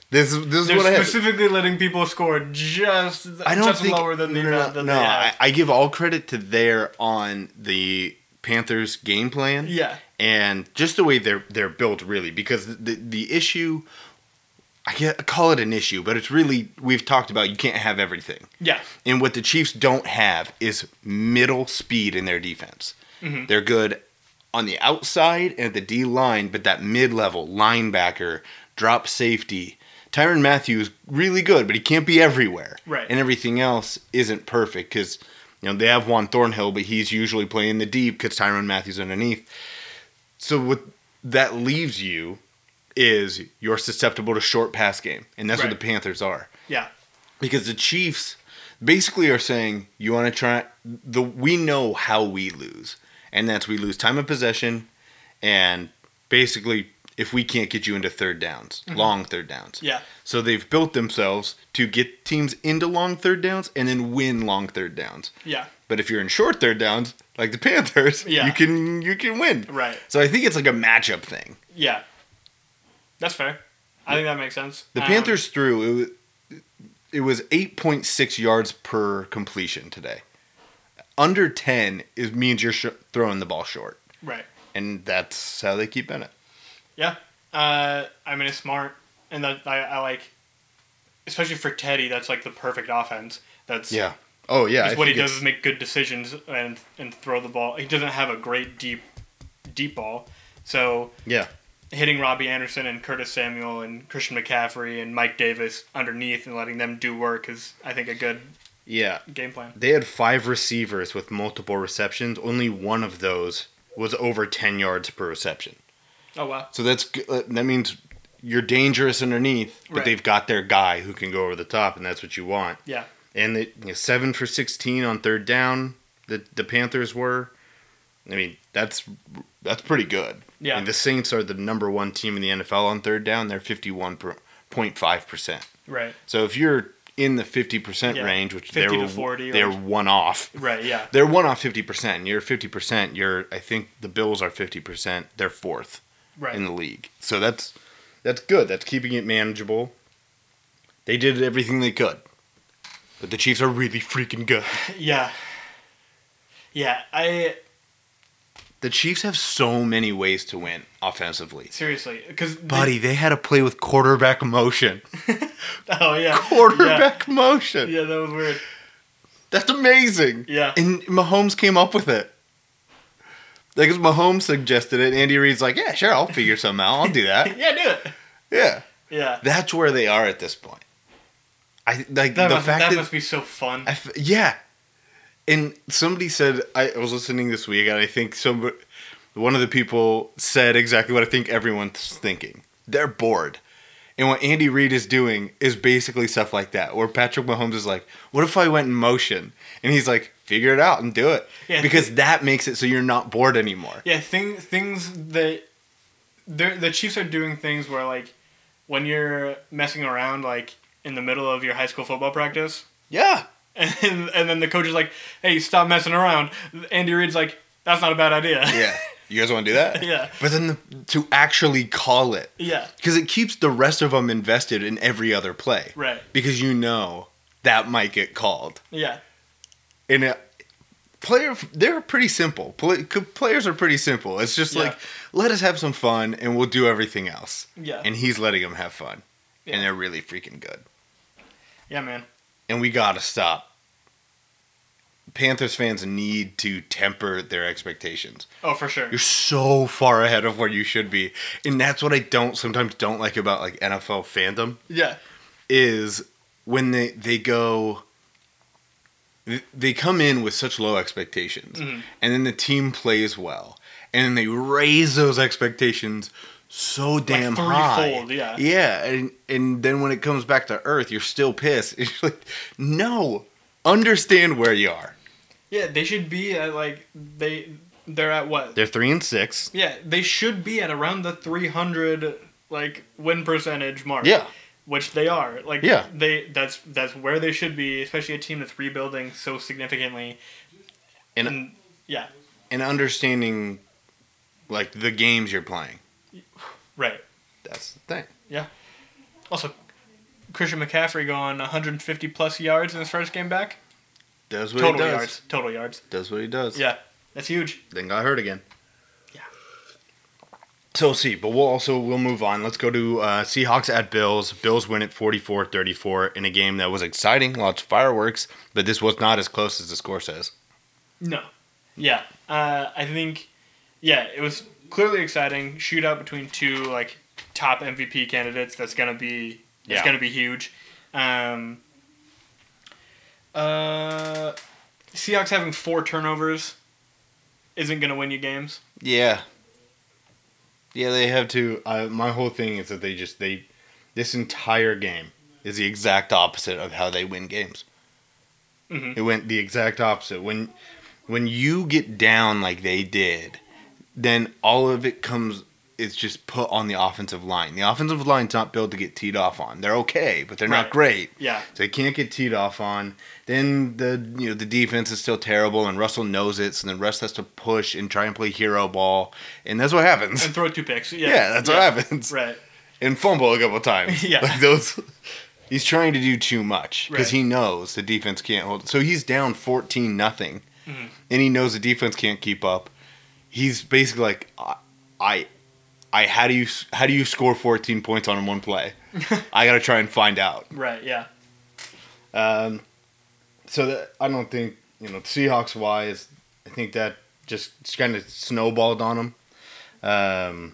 Speaker 4: this is this is
Speaker 6: they're
Speaker 4: what i have
Speaker 6: specifically letting people score just
Speaker 4: i don't
Speaker 6: just
Speaker 4: think
Speaker 6: lower than the
Speaker 4: no, no,
Speaker 6: than
Speaker 4: no,
Speaker 6: they
Speaker 4: I,
Speaker 6: have.
Speaker 4: I give all credit to their on the panthers game plan
Speaker 6: yeah
Speaker 4: and just the way they're they're built really because the the issue i ca- call it an issue but it's really we've talked about you can't have everything
Speaker 6: yeah
Speaker 4: And what the Chiefs don't have is middle speed in their defense.
Speaker 6: Mm-hmm.
Speaker 4: They're good on the outside and at the D line, but that mid level linebacker, drop safety. Tyron Matthew is really good, but he can't be everywhere.
Speaker 6: Right.
Speaker 4: And everything else isn't perfect because, you know, they have Juan Thornhill, but he's usually playing the deep because Tyron Matthew's underneath. So what that leaves you is you're susceptible to short pass game. And that's
Speaker 6: Right.
Speaker 4: what the Panthers are
Speaker 6: yeah
Speaker 4: because the Chiefs basically are saying you want to try the we know how we lose and that's we lose time of possession and basically if we can't get you into third downs long third downs
Speaker 6: Mm-hmm. yeah
Speaker 4: so they've built themselves to get teams into long third downs and then win long third downs
Speaker 6: yeah
Speaker 4: but if you're in short third downs like the Panthers
Speaker 6: Yeah.
Speaker 4: you can you can win
Speaker 6: Right.
Speaker 4: so I think it's like a matchup thing
Speaker 6: Yeah, that's fair. I think that makes sense.
Speaker 4: the
Speaker 6: Um,
Speaker 4: Panthers threw it was, it was 8.6 yards per completion today. Under 10 is means you're sh- throwing the ball short,
Speaker 6: Right.
Speaker 4: and that's how they keep in it.
Speaker 6: Yeah. Uh, I mean, it's smart, and that I, I like, especially for Teddy. That's like the perfect offense. That's
Speaker 4: Oh yeah.
Speaker 6: That's
Speaker 4: I
Speaker 6: what he
Speaker 4: think
Speaker 6: does
Speaker 4: it's-
Speaker 6: is make good decisions and and throw the ball. He doesn't have a great deep deep ball, so
Speaker 4: Yeah.
Speaker 6: hitting Robbie Anderson and Curtis Samuel and Christian McCaffrey and Mike Davis underneath and letting them do work is I think a good
Speaker 4: Yeah.
Speaker 6: game plan.
Speaker 4: They had five receivers with multiple receptions. Only one of those was over 10 yards per reception.
Speaker 6: Oh wow.
Speaker 4: So that's g- uh, that means you're dangerous underneath, but
Speaker 6: Right.
Speaker 4: they've got their guy who can go over the top, and that's what you want.
Speaker 6: Yeah.
Speaker 4: and they, you know, seven for sixteen on third down. The the Panthers were, I mean, that's that's pretty good.
Speaker 6: Yeah.
Speaker 4: I mean, the Saints are the number one team in the NFL on third down. They're fifty one point five percent.
Speaker 6: Right.
Speaker 4: So if you're in the fifty percent
Speaker 6: Yeah.
Speaker 4: range, which
Speaker 6: 50
Speaker 4: they're
Speaker 6: to 40
Speaker 4: they're
Speaker 6: range.
Speaker 4: one off.
Speaker 6: Right. Yeah.
Speaker 4: They're one off fifty percent. You're fifty percent. You're I think the Bills are fifty percent. They're fourth
Speaker 6: Right.
Speaker 4: in the league. So that's that's good. That's keeping it manageable. They did everything they could. But the Chiefs are really freaking good.
Speaker 6: yeah. Yeah. I
Speaker 4: The Chiefs have so many ways to win offensively.
Speaker 6: seriously because
Speaker 4: Buddy, they had to play with quarterback motion.
Speaker 6: oh yeah.
Speaker 4: Quarterback motion.
Speaker 6: Yeah. yeah. That was weird.
Speaker 4: That's amazing.
Speaker 6: Yeah.
Speaker 4: And Mahomes came up with it. Like, 'cause Mahomes suggested it. Andy Reid's like, yeah, sure, I'll figure something out. I'll do that.
Speaker 6: Yeah. Do it.
Speaker 4: Yeah.
Speaker 6: Yeah.
Speaker 4: That's where they are at this point. I like
Speaker 6: That,
Speaker 4: the
Speaker 6: must,
Speaker 4: fact
Speaker 6: that
Speaker 4: that
Speaker 6: must be so fun.
Speaker 4: I f- yeah. And somebody said I I was listening this week, and I think some one of the people said exactly what I think everyone's thinking. They're bored, and what Andy Reid is doing is basically stuff like that. Where Patrick Mahomes is like, "What if I went in motion?" And he's like, "Figure it out and do it,"
Speaker 6: Yeah.
Speaker 4: because that makes it so you're not bored anymore.
Speaker 6: Yeah, thing, things that they're- the Chiefs are doing things where like when you're messing around like in the middle of your high school football practice,
Speaker 4: Yeah,
Speaker 6: and and then the coach is like, "Hey, stop messing around." Andy Reid's like, "That's not a bad idea."
Speaker 4: yeah. You guys want to do that?
Speaker 6: Yeah.
Speaker 4: But then the, to actually call it,
Speaker 6: yeah,
Speaker 4: because it keeps the rest of them invested in every other play.
Speaker 6: right,
Speaker 4: because you know that might get called.
Speaker 6: yeah,
Speaker 4: And uh player, they're pretty simple. Pl- c- players are pretty simple. It's just
Speaker 6: Yeah.
Speaker 4: like let us have some fun, and we'll do everything else.
Speaker 6: yeah,
Speaker 4: And he's letting them have fun,
Speaker 6: Yeah.
Speaker 4: and they're really freaking good.
Speaker 6: yeah, man.
Speaker 4: And we gotta stop. Panthers fans need to temper their expectations.
Speaker 6: Oh, for sure.
Speaker 4: You're so far ahead of where you should be, and that's what I don't sometimes don't like about like NFL fandom
Speaker 6: Yeah,
Speaker 4: is when they they go they come in with such low expectations
Speaker 6: Mm-hmm.
Speaker 4: and then the team plays well and then they raise those expectations so damn
Speaker 6: threefold,
Speaker 4: high
Speaker 6: yeah.
Speaker 4: yeah and and then when it comes back to earth you're still pissed it's like no understand where you are
Speaker 6: yeah. They should be at like they they're at what?
Speaker 4: they're 3 and 6
Speaker 6: yeah, they should be at around the three hundred like win percentage mark.
Speaker 4: yeah
Speaker 6: which they are. Like
Speaker 4: Yeah.
Speaker 6: they that's that's where they should be, especially a team that's rebuilding so significantly.
Speaker 4: And-
Speaker 6: And, yeah,
Speaker 4: and understanding like the games you're playing
Speaker 6: right.
Speaker 4: that's the thing
Speaker 6: Also, Christian McCaffrey going 150 plus yards in his first game back.
Speaker 4: does what
Speaker 6: total
Speaker 4: he does
Speaker 6: yards, total yards.
Speaker 4: does what he does
Speaker 6: Yeah, that's huge.
Speaker 4: then got hurt again.
Speaker 6: Yeah.
Speaker 4: So we'll see, but we'll also we'll move on. Let's go to uh, Seahawks at Bills. Bills win it 44-34 in a game that was exciting, lots of fireworks, but this was not as close as the score says.
Speaker 6: No. Yeah, uh, I think. Yeah, it was clearly exciting shootout between two like top MVP candidates. That's gonna be that's
Speaker 4: Yeah.
Speaker 6: gonna be huge. Um, uh, Seahawks having four turnovers isn't gonna win you games.
Speaker 4: Yeah. Yeah, they have to. Uh, my whole thing is that they just they this entire game is the exact opposite of how they win games.
Speaker 6: Mhm.
Speaker 4: It went the exact opposite when when you get down like they did, then all of it comes. It's just put on the offensive line. The offensive line's not built to get teed off on. They're okay, but they're
Speaker 6: Right.
Speaker 4: not great.
Speaker 6: Yeah,
Speaker 4: So they can't get teed off on. Then the you know the defense is still terrible, and Russell knows it. So then Russ has to push and try and play hero ball, and that's what happens.
Speaker 6: and throw two picks. Yeah,
Speaker 4: yeah, that's what happens.
Speaker 6: Right.
Speaker 4: And fumble a couple times.
Speaker 6: Yeah.
Speaker 4: like those. He's trying to do too much because
Speaker 6: Right.
Speaker 4: he knows the defense can't hold. So he's down fourteen nothing,
Speaker 6: Mm-hmm.
Speaker 4: and he knows the defense can't keep up. He's basically like, I, I, I how do you how do you score fourteen points on one play? I got to try and find out.
Speaker 6: Right. Yeah.
Speaker 4: Um, so that, I don't think you know Seahawks wise, I think that just kind of snowballed on them. Um,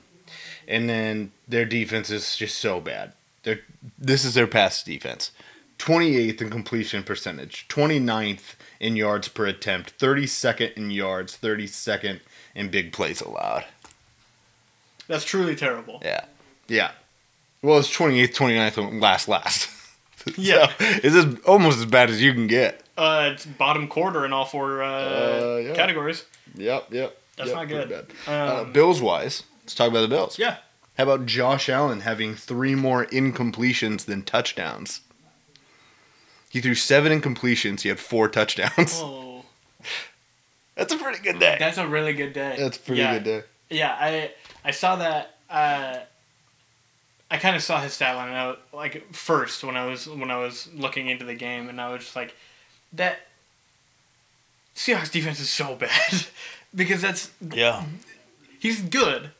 Speaker 4: and then their defense is just so bad. Their this is their pass defense. 28th in completion percentage, 29th in yards per attempt, 32nd in yards, 32nd in big plays allowed.
Speaker 6: That's truly terrible.
Speaker 4: Yeah. Yeah. Well, it's 28th, 29th, and last, last.
Speaker 6: Yeah.
Speaker 4: it's as- almost as bad as you can get.
Speaker 6: Uh, it's bottom quarter in all four uh,
Speaker 4: Uh, yeah.
Speaker 6: categories.
Speaker 4: Yep, yep.
Speaker 6: That's
Speaker 4: Yep,
Speaker 6: not
Speaker 4: pretty
Speaker 6: good.
Speaker 4: bad. Uh,
Speaker 6: Um,
Speaker 4: Bills wise, let's talk about the Bills.
Speaker 6: Yeah.
Speaker 4: How about Josh Allen having three more incompletions than touchdowns? He threw seven incompletions. He had four touchdowns.
Speaker 6: Oh,
Speaker 4: That's a pretty good day.
Speaker 6: that's a really good day.
Speaker 4: That's a pretty
Speaker 6: yeah.
Speaker 4: good day.
Speaker 6: Yeah, I I saw that. Uh, I kind of saw his stat line out like first when I was when I was looking into the game, and I was just like, that Seahawks defense is so bad because that's
Speaker 4: Yeah.
Speaker 6: he's good,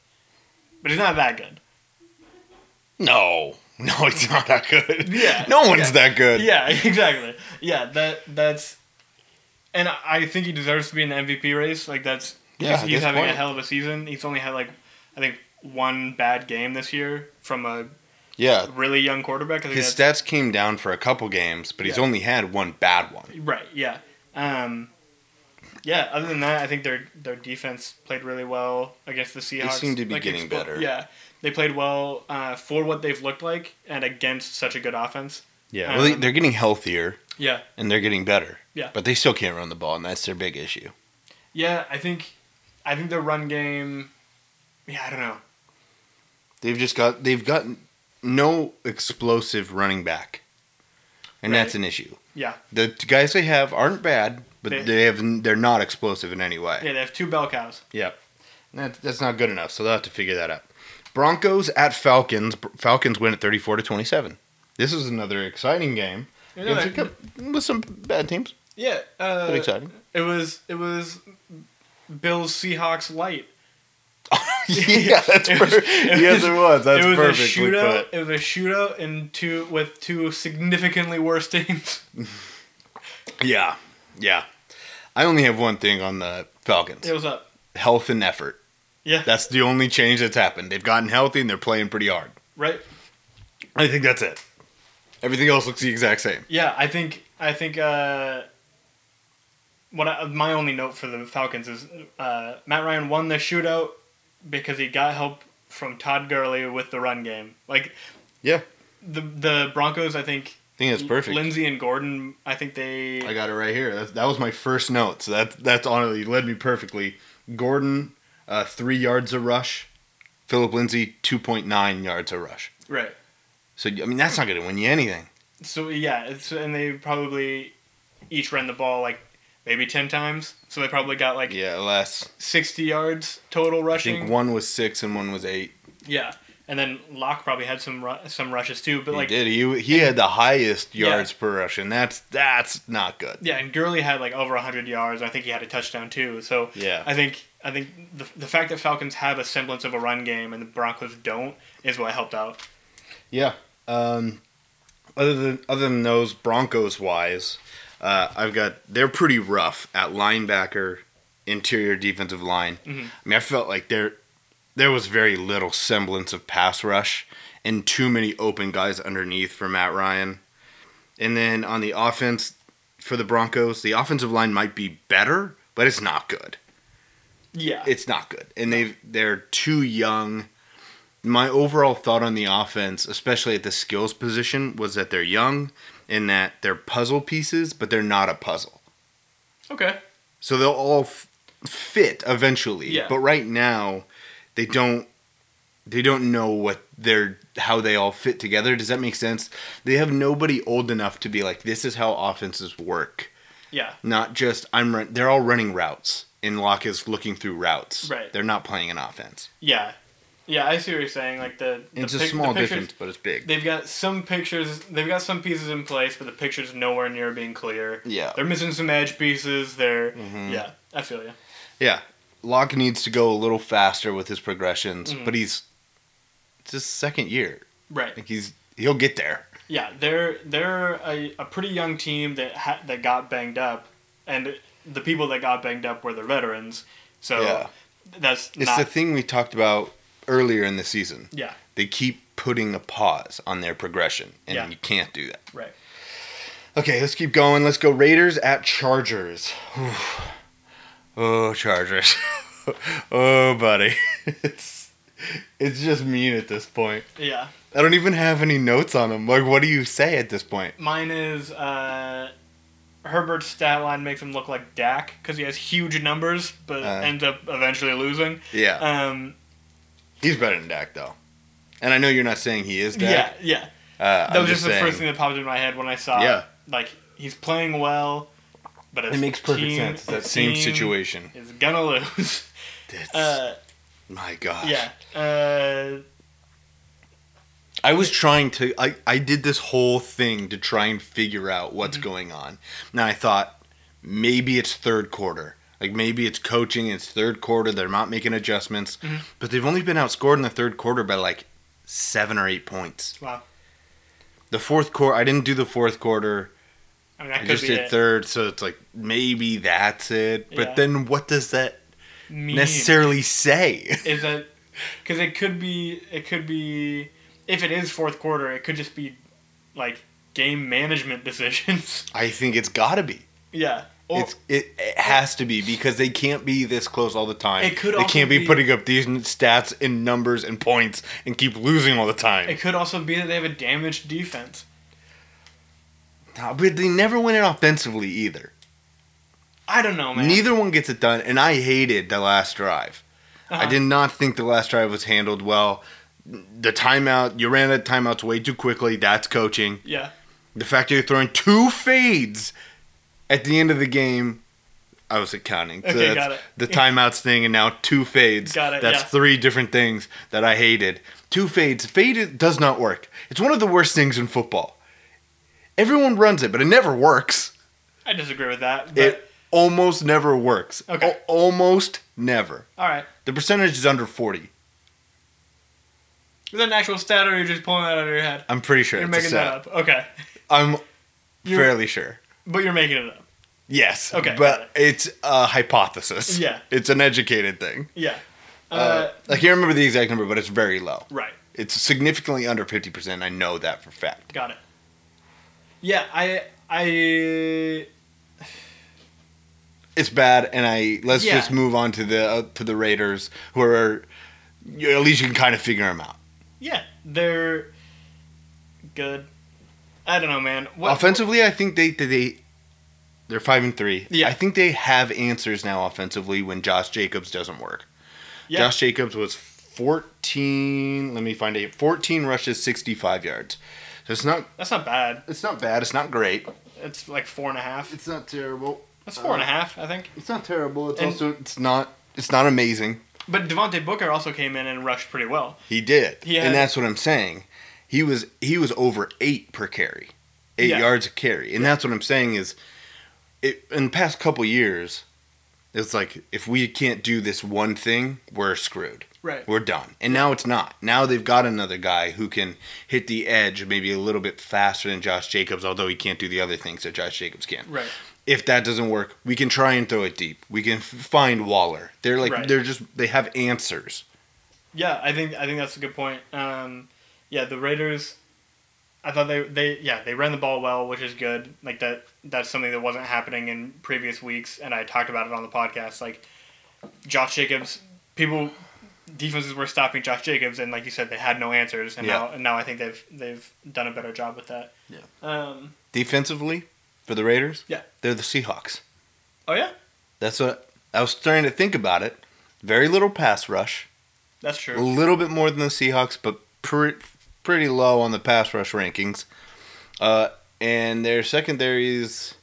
Speaker 6: but he's not that good.
Speaker 4: No. No, he's not that good.
Speaker 6: Yeah.
Speaker 4: No one's
Speaker 6: Yeah.
Speaker 4: that good.
Speaker 6: Yeah, exactly. Yeah, that that's, and I- I think he deserves to be in the MVP race. Like that's
Speaker 4: Yeah,
Speaker 6: he's,
Speaker 4: at
Speaker 6: he's
Speaker 4: this
Speaker 6: having a
Speaker 4: point.
Speaker 6: hell of a season. He's only had like I think one bad game this year from a
Speaker 4: Yeah.
Speaker 6: really young quarterback. I think
Speaker 4: His
Speaker 6: that's-
Speaker 4: stats came down for a couple games, but he's
Speaker 6: Yeah.
Speaker 4: only had one bad one.
Speaker 6: Right. Yeah. Um, yeah. Other than that, I think their their defense played really well against the Seahawks.
Speaker 4: seem to be getting better.
Speaker 6: Yeah, they played well uh, for what they've looked like and against such a good offense.
Speaker 4: Yeah. Well, they,
Speaker 6: Um,
Speaker 4: they're getting healthier
Speaker 6: Yeah.
Speaker 4: and they're getting better.
Speaker 6: Yeah.
Speaker 4: But they still can't run the ball, and that's their big issue.
Speaker 6: Yeah. I think, I think their run game. Yeah, I don't know.
Speaker 4: They've just got they've got no explosive running back, and
Speaker 6: Right.
Speaker 4: that's an issue.
Speaker 6: Yeah.
Speaker 4: The t- guys they have aren't bad, but
Speaker 6: They-
Speaker 4: they, have n- they're not explosive in any way.
Speaker 6: Yeah, they have two bell cows.
Speaker 4: Yep, that, that's not good enough. So they'll have to figure that out. Broncos at Falcons. Br- Falcons win at thirty four to twenty seven. This is another exciting game. It's a cup- with some bad teams,
Speaker 6: yeah.
Speaker 4: but
Speaker 6: Uh,
Speaker 4: exciting.
Speaker 6: it was it was Bills Seahawks light.
Speaker 4: yeah, that's
Speaker 6: It was-
Speaker 4: perfect.
Speaker 6: it
Speaker 4: Yes,
Speaker 6: was-
Speaker 4: it was. That's
Speaker 6: it was a
Speaker 4: perfectly
Speaker 6: shootout.
Speaker 4: put.
Speaker 6: It was a shootout in two with two significantly worse teams.
Speaker 4: Yeah, yeah. I only have one thing on the Falcons:
Speaker 6: It was up.
Speaker 4: health and effort.
Speaker 6: Yeah.
Speaker 4: That's the only change that's happened. They've gotten healthy and they're playing pretty hard.
Speaker 6: right.
Speaker 4: I think that's it. Everything else looks the exact same.
Speaker 6: Yeah, I think I think uh, what I, my only note for the Falcons is uh, Matt Ryan won the shootout because he got help from Todd Gurley with the run game. Like
Speaker 4: Yeah.
Speaker 6: the the Broncos, I think
Speaker 4: I think that's perfect.
Speaker 6: Lindsey and Gordon, I think they
Speaker 4: I got it right here. That's, that was my first note. So that's that's honestly led me perfectly. Gordon, uh, three yards a rush. Philip Lindsay, two point nine yards a rush.
Speaker 6: right.
Speaker 4: So I mean, that's not going to win you anything.
Speaker 6: So yeah, it's and they probably each ran the ball like maybe ten times. So they probably got like
Speaker 4: Yeah, less.
Speaker 6: sixty yards total
Speaker 4: I
Speaker 6: rushing.
Speaker 4: think one was six and one was eight.
Speaker 6: Yeah, and then Locke probably had some ru- some rushes too, but like
Speaker 4: he did. He he had the highest
Speaker 6: Yeah.
Speaker 4: yards per rush, and that's that's not good.
Speaker 6: yeah, and Gurley had like over hundred yards. I think he had a touchdown too. So
Speaker 4: Yeah.
Speaker 6: I think I think the the fact that Falcons have a semblance of a run game and the Broncos don't is what helped out.
Speaker 4: Yeah. Um, other than other than those Broncos wise, uh, I've got they're pretty rough at linebacker, interior defensive line. I mean, I felt like there there was very little semblance of pass rush and too many open guys underneath for Matt Ryan. And then on the offense for the Broncos, the offensive line might be better, but it's not good
Speaker 6: Yeah,
Speaker 4: it's not good. And they they're too young. My overall thought on the offense, especially at the skills position, was that they're young and that they're puzzle pieces, but they're not a puzzle.
Speaker 6: okay,
Speaker 4: So they'll all f- fit eventually.
Speaker 6: Yeah.
Speaker 4: But right now, they don't they don't know what they're how they all fit together. Does that make sense? They have nobody old enough to be like this is how offenses work
Speaker 6: yeah,
Speaker 4: not just I'm run- they're all running routes and Locke is looking through routes.
Speaker 6: Right.
Speaker 4: They're not playing an offense.
Speaker 6: yeah, yeah. I see what you're saying. Like the, the
Speaker 4: It's a
Speaker 6: pic- the
Speaker 4: small
Speaker 6: pictures-
Speaker 4: difference, but it's big.
Speaker 6: They've got some pictures. They've got some pieces in place, but the pictures nowhere near being clear.
Speaker 4: Yeah. Mm-hmm.
Speaker 6: they're missing some edge pieces. They're yeah. I feel you.
Speaker 4: yeah. Locke needs to go a little faster with his progressions,
Speaker 6: Mm-hmm.
Speaker 4: but he's it's his second year.
Speaker 6: Right.
Speaker 4: Like he's he'll get there.
Speaker 6: Yeah, they're they're a, a pretty young team that ha- that got banged up, and the people that got banged up were the veterans. So
Speaker 4: Yeah.
Speaker 6: that's
Speaker 4: It's
Speaker 6: not
Speaker 4: the thing we talked about earlier in the season.
Speaker 6: yeah
Speaker 4: They keep putting a pause on their progression, and
Speaker 6: Yeah.
Speaker 4: you can't do that.
Speaker 6: right.
Speaker 4: Okay, let's keep going. Let's go Raiders at Chargers. Whew. Oh, Chargers. oh, buddy. it's it's just mean at this point.
Speaker 6: Yeah,
Speaker 4: I don't even have any notes on them. Like, what do you say at this point?
Speaker 6: mine is uh, Herbert's stat line makes him look like Dak because he has huge numbers, but
Speaker 4: Uh.
Speaker 6: ends up eventually losing.
Speaker 4: Yeah.
Speaker 6: Um,
Speaker 4: He's better than Dak, though. And I know you're not saying he is Dak.
Speaker 6: Yeah, yeah.
Speaker 4: Yeah. Uh,
Speaker 6: That was just the first thing that popped into my head when I saw.
Speaker 4: Yeah.
Speaker 6: Like he's playing well, but his
Speaker 4: It makes perfect
Speaker 6: team-
Speaker 4: sense. That
Speaker 6: his
Speaker 4: same
Speaker 6: team
Speaker 4: situation.
Speaker 6: is gonna lose.
Speaker 4: That's-
Speaker 6: Uh,
Speaker 4: my gosh.
Speaker 6: yeah. Uh,
Speaker 4: I was trying to. I, I did this whole thing to try and figure out what's
Speaker 6: Mm-hmm.
Speaker 4: going on. Now I thought maybe it's third quarter. Like maybe it's coaching. It's third quarter. They're not making adjustments.
Speaker 6: Mm-hmm.
Speaker 4: But they've only been outscored in the third quarter by like seven or eight points.
Speaker 6: wow.
Speaker 4: The fourth quarter. I didn't do the fourth quarter.
Speaker 6: I mean, that
Speaker 4: I
Speaker 6: could
Speaker 4: just
Speaker 6: be
Speaker 4: did
Speaker 6: it.
Speaker 4: third. So it's like maybe that's it.
Speaker 6: Yeah.
Speaker 4: But then what does that
Speaker 6: Mean.
Speaker 4: necessarily say?
Speaker 6: is that because it could be it could be if it is fourth quarter it could just be like game management decisions
Speaker 4: I think it's got to be.
Speaker 6: yeah or
Speaker 4: it's, it, it has to be because they can't be this close all the time.
Speaker 6: It could
Speaker 4: they
Speaker 6: also
Speaker 4: can't be,
Speaker 6: be-
Speaker 4: putting up these n- stats and numbers and points and keep losing all the time.
Speaker 6: it could also be that they have a damaged defense
Speaker 4: Nah, but they never win it offensively either.
Speaker 6: i don't know man
Speaker 4: Neither one gets it done, and I hated the last drive. I
Speaker 6: Uh-huh.
Speaker 4: did not think the last drive was handled well. The timeout, you ran out of timeouts way too quickly. That's coaching.
Speaker 6: yeah
Speaker 4: The fact that you're throwing two fades at the end of the game, I was counting. So
Speaker 6: Okay,
Speaker 4: that's
Speaker 6: got it.
Speaker 4: The timeouts thing and now two fades.
Speaker 6: Got it,
Speaker 4: That's
Speaker 6: yeah.
Speaker 4: three different things that I hated. Two fades. Fade is- does not work. It's one of the worst things in football. Everyone runs it, but it never works.
Speaker 6: i disagree with that but
Speaker 4: It almost never works.
Speaker 6: Okay.
Speaker 4: Al- almost never.
Speaker 6: all right
Speaker 4: The percentage is under 40.
Speaker 6: is that an actual stat or are you just pulling that out of your head
Speaker 4: I'm pretty sure
Speaker 6: you're
Speaker 4: it's a
Speaker 6: making that
Speaker 4: set.
Speaker 6: up okay
Speaker 4: I'm
Speaker 6: You're-
Speaker 4: fairly sure.
Speaker 6: but you're making it up
Speaker 4: Yes.
Speaker 6: Okay.
Speaker 4: But it's a hypothesis.
Speaker 6: Yeah.
Speaker 4: It's an educated thing.
Speaker 6: yeah uh,
Speaker 4: Uh, I can't remember the exact number, but it's very low.
Speaker 6: right
Speaker 4: It's significantly under 50%. I know that for fact.
Speaker 6: Got it. Yeah, I I
Speaker 4: It's bad, and I let's
Speaker 6: Yeah.
Speaker 4: just move on to the uh, to the Raiders, who are you, at least you can kind of figure them out.
Speaker 6: yeah, they're good. I don't know, man. What
Speaker 4: Offensively, I think they they- they they're five and three.
Speaker 6: Yeah.
Speaker 4: I think they have answers now offensively when Josh Jacobs doesn't work.
Speaker 6: yeah,
Speaker 4: Josh Jacobs was 14. Let me find it. 14 rushes, 65 yards. So it's not
Speaker 6: that's not bad.
Speaker 4: it's not bad. It's not great.
Speaker 6: It's like four and a half.
Speaker 4: It's not terrible.
Speaker 6: That's four and a half, I think.
Speaker 4: It's not terrible. It's
Speaker 6: And-
Speaker 4: also it's not it's not amazing.
Speaker 6: But Devontae Booker also came in and rushed pretty well.
Speaker 4: He did,
Speaker 6: He had-
Speaker 4: and that's what I'm saying. He was he was over eight per carry, eight
Speaker 6: Yeah.
Speaker 4: yards a carry, and that's what I'm saying is, it in the past couple years, it's like if we can't do this one thing, we're screwed.
Speaker 6: Right.
Speaker 4: We're done. And now it's not. Now they've got another guy who can hit the edge maybe a little bit faster than Josh Jacobs, although he can't do the other things that Josh Jacobs can.
Speaker 6: Right.
Speaker 4: If that doesn't work, we can try and throw it deep. We can f- find Waller. They're like
Speaker 6: Right.
Speaker 4: they're just they have answers.
Speaker 6: Yeah, I think I think that's a good point. Um, yeah, the Raiders. I thought they they yeah they ran the ball well, which is good. Like that that's something that wasn't happening in previous weeks, and I talked about it on the podcast. Like Josh Jacobs, people defenses were stopping Josh Jacobs, and like you said, they had no answers, and
Speaker 4: Yeah.
Speaker 6: now and now I think they've they've done a better job with that.
Speaker 4: Yeah.
Speaker 6: Um.
Speaker 4: Defensively, for the Raiders,
Speaker 6: Yeah.
Speaker 4: they're the Seahawks.
Speaker 6: Oh yeah,
Speaker 4: That's what I was starting to think about it. Very little pass rush,
Speaker 6: that's
Speaker 4: a
Speaker 6: true.
Speaker 4: little bit more than the Seahawks, but pre- pretty low on the pass rush rankings. Uh, and their secondary is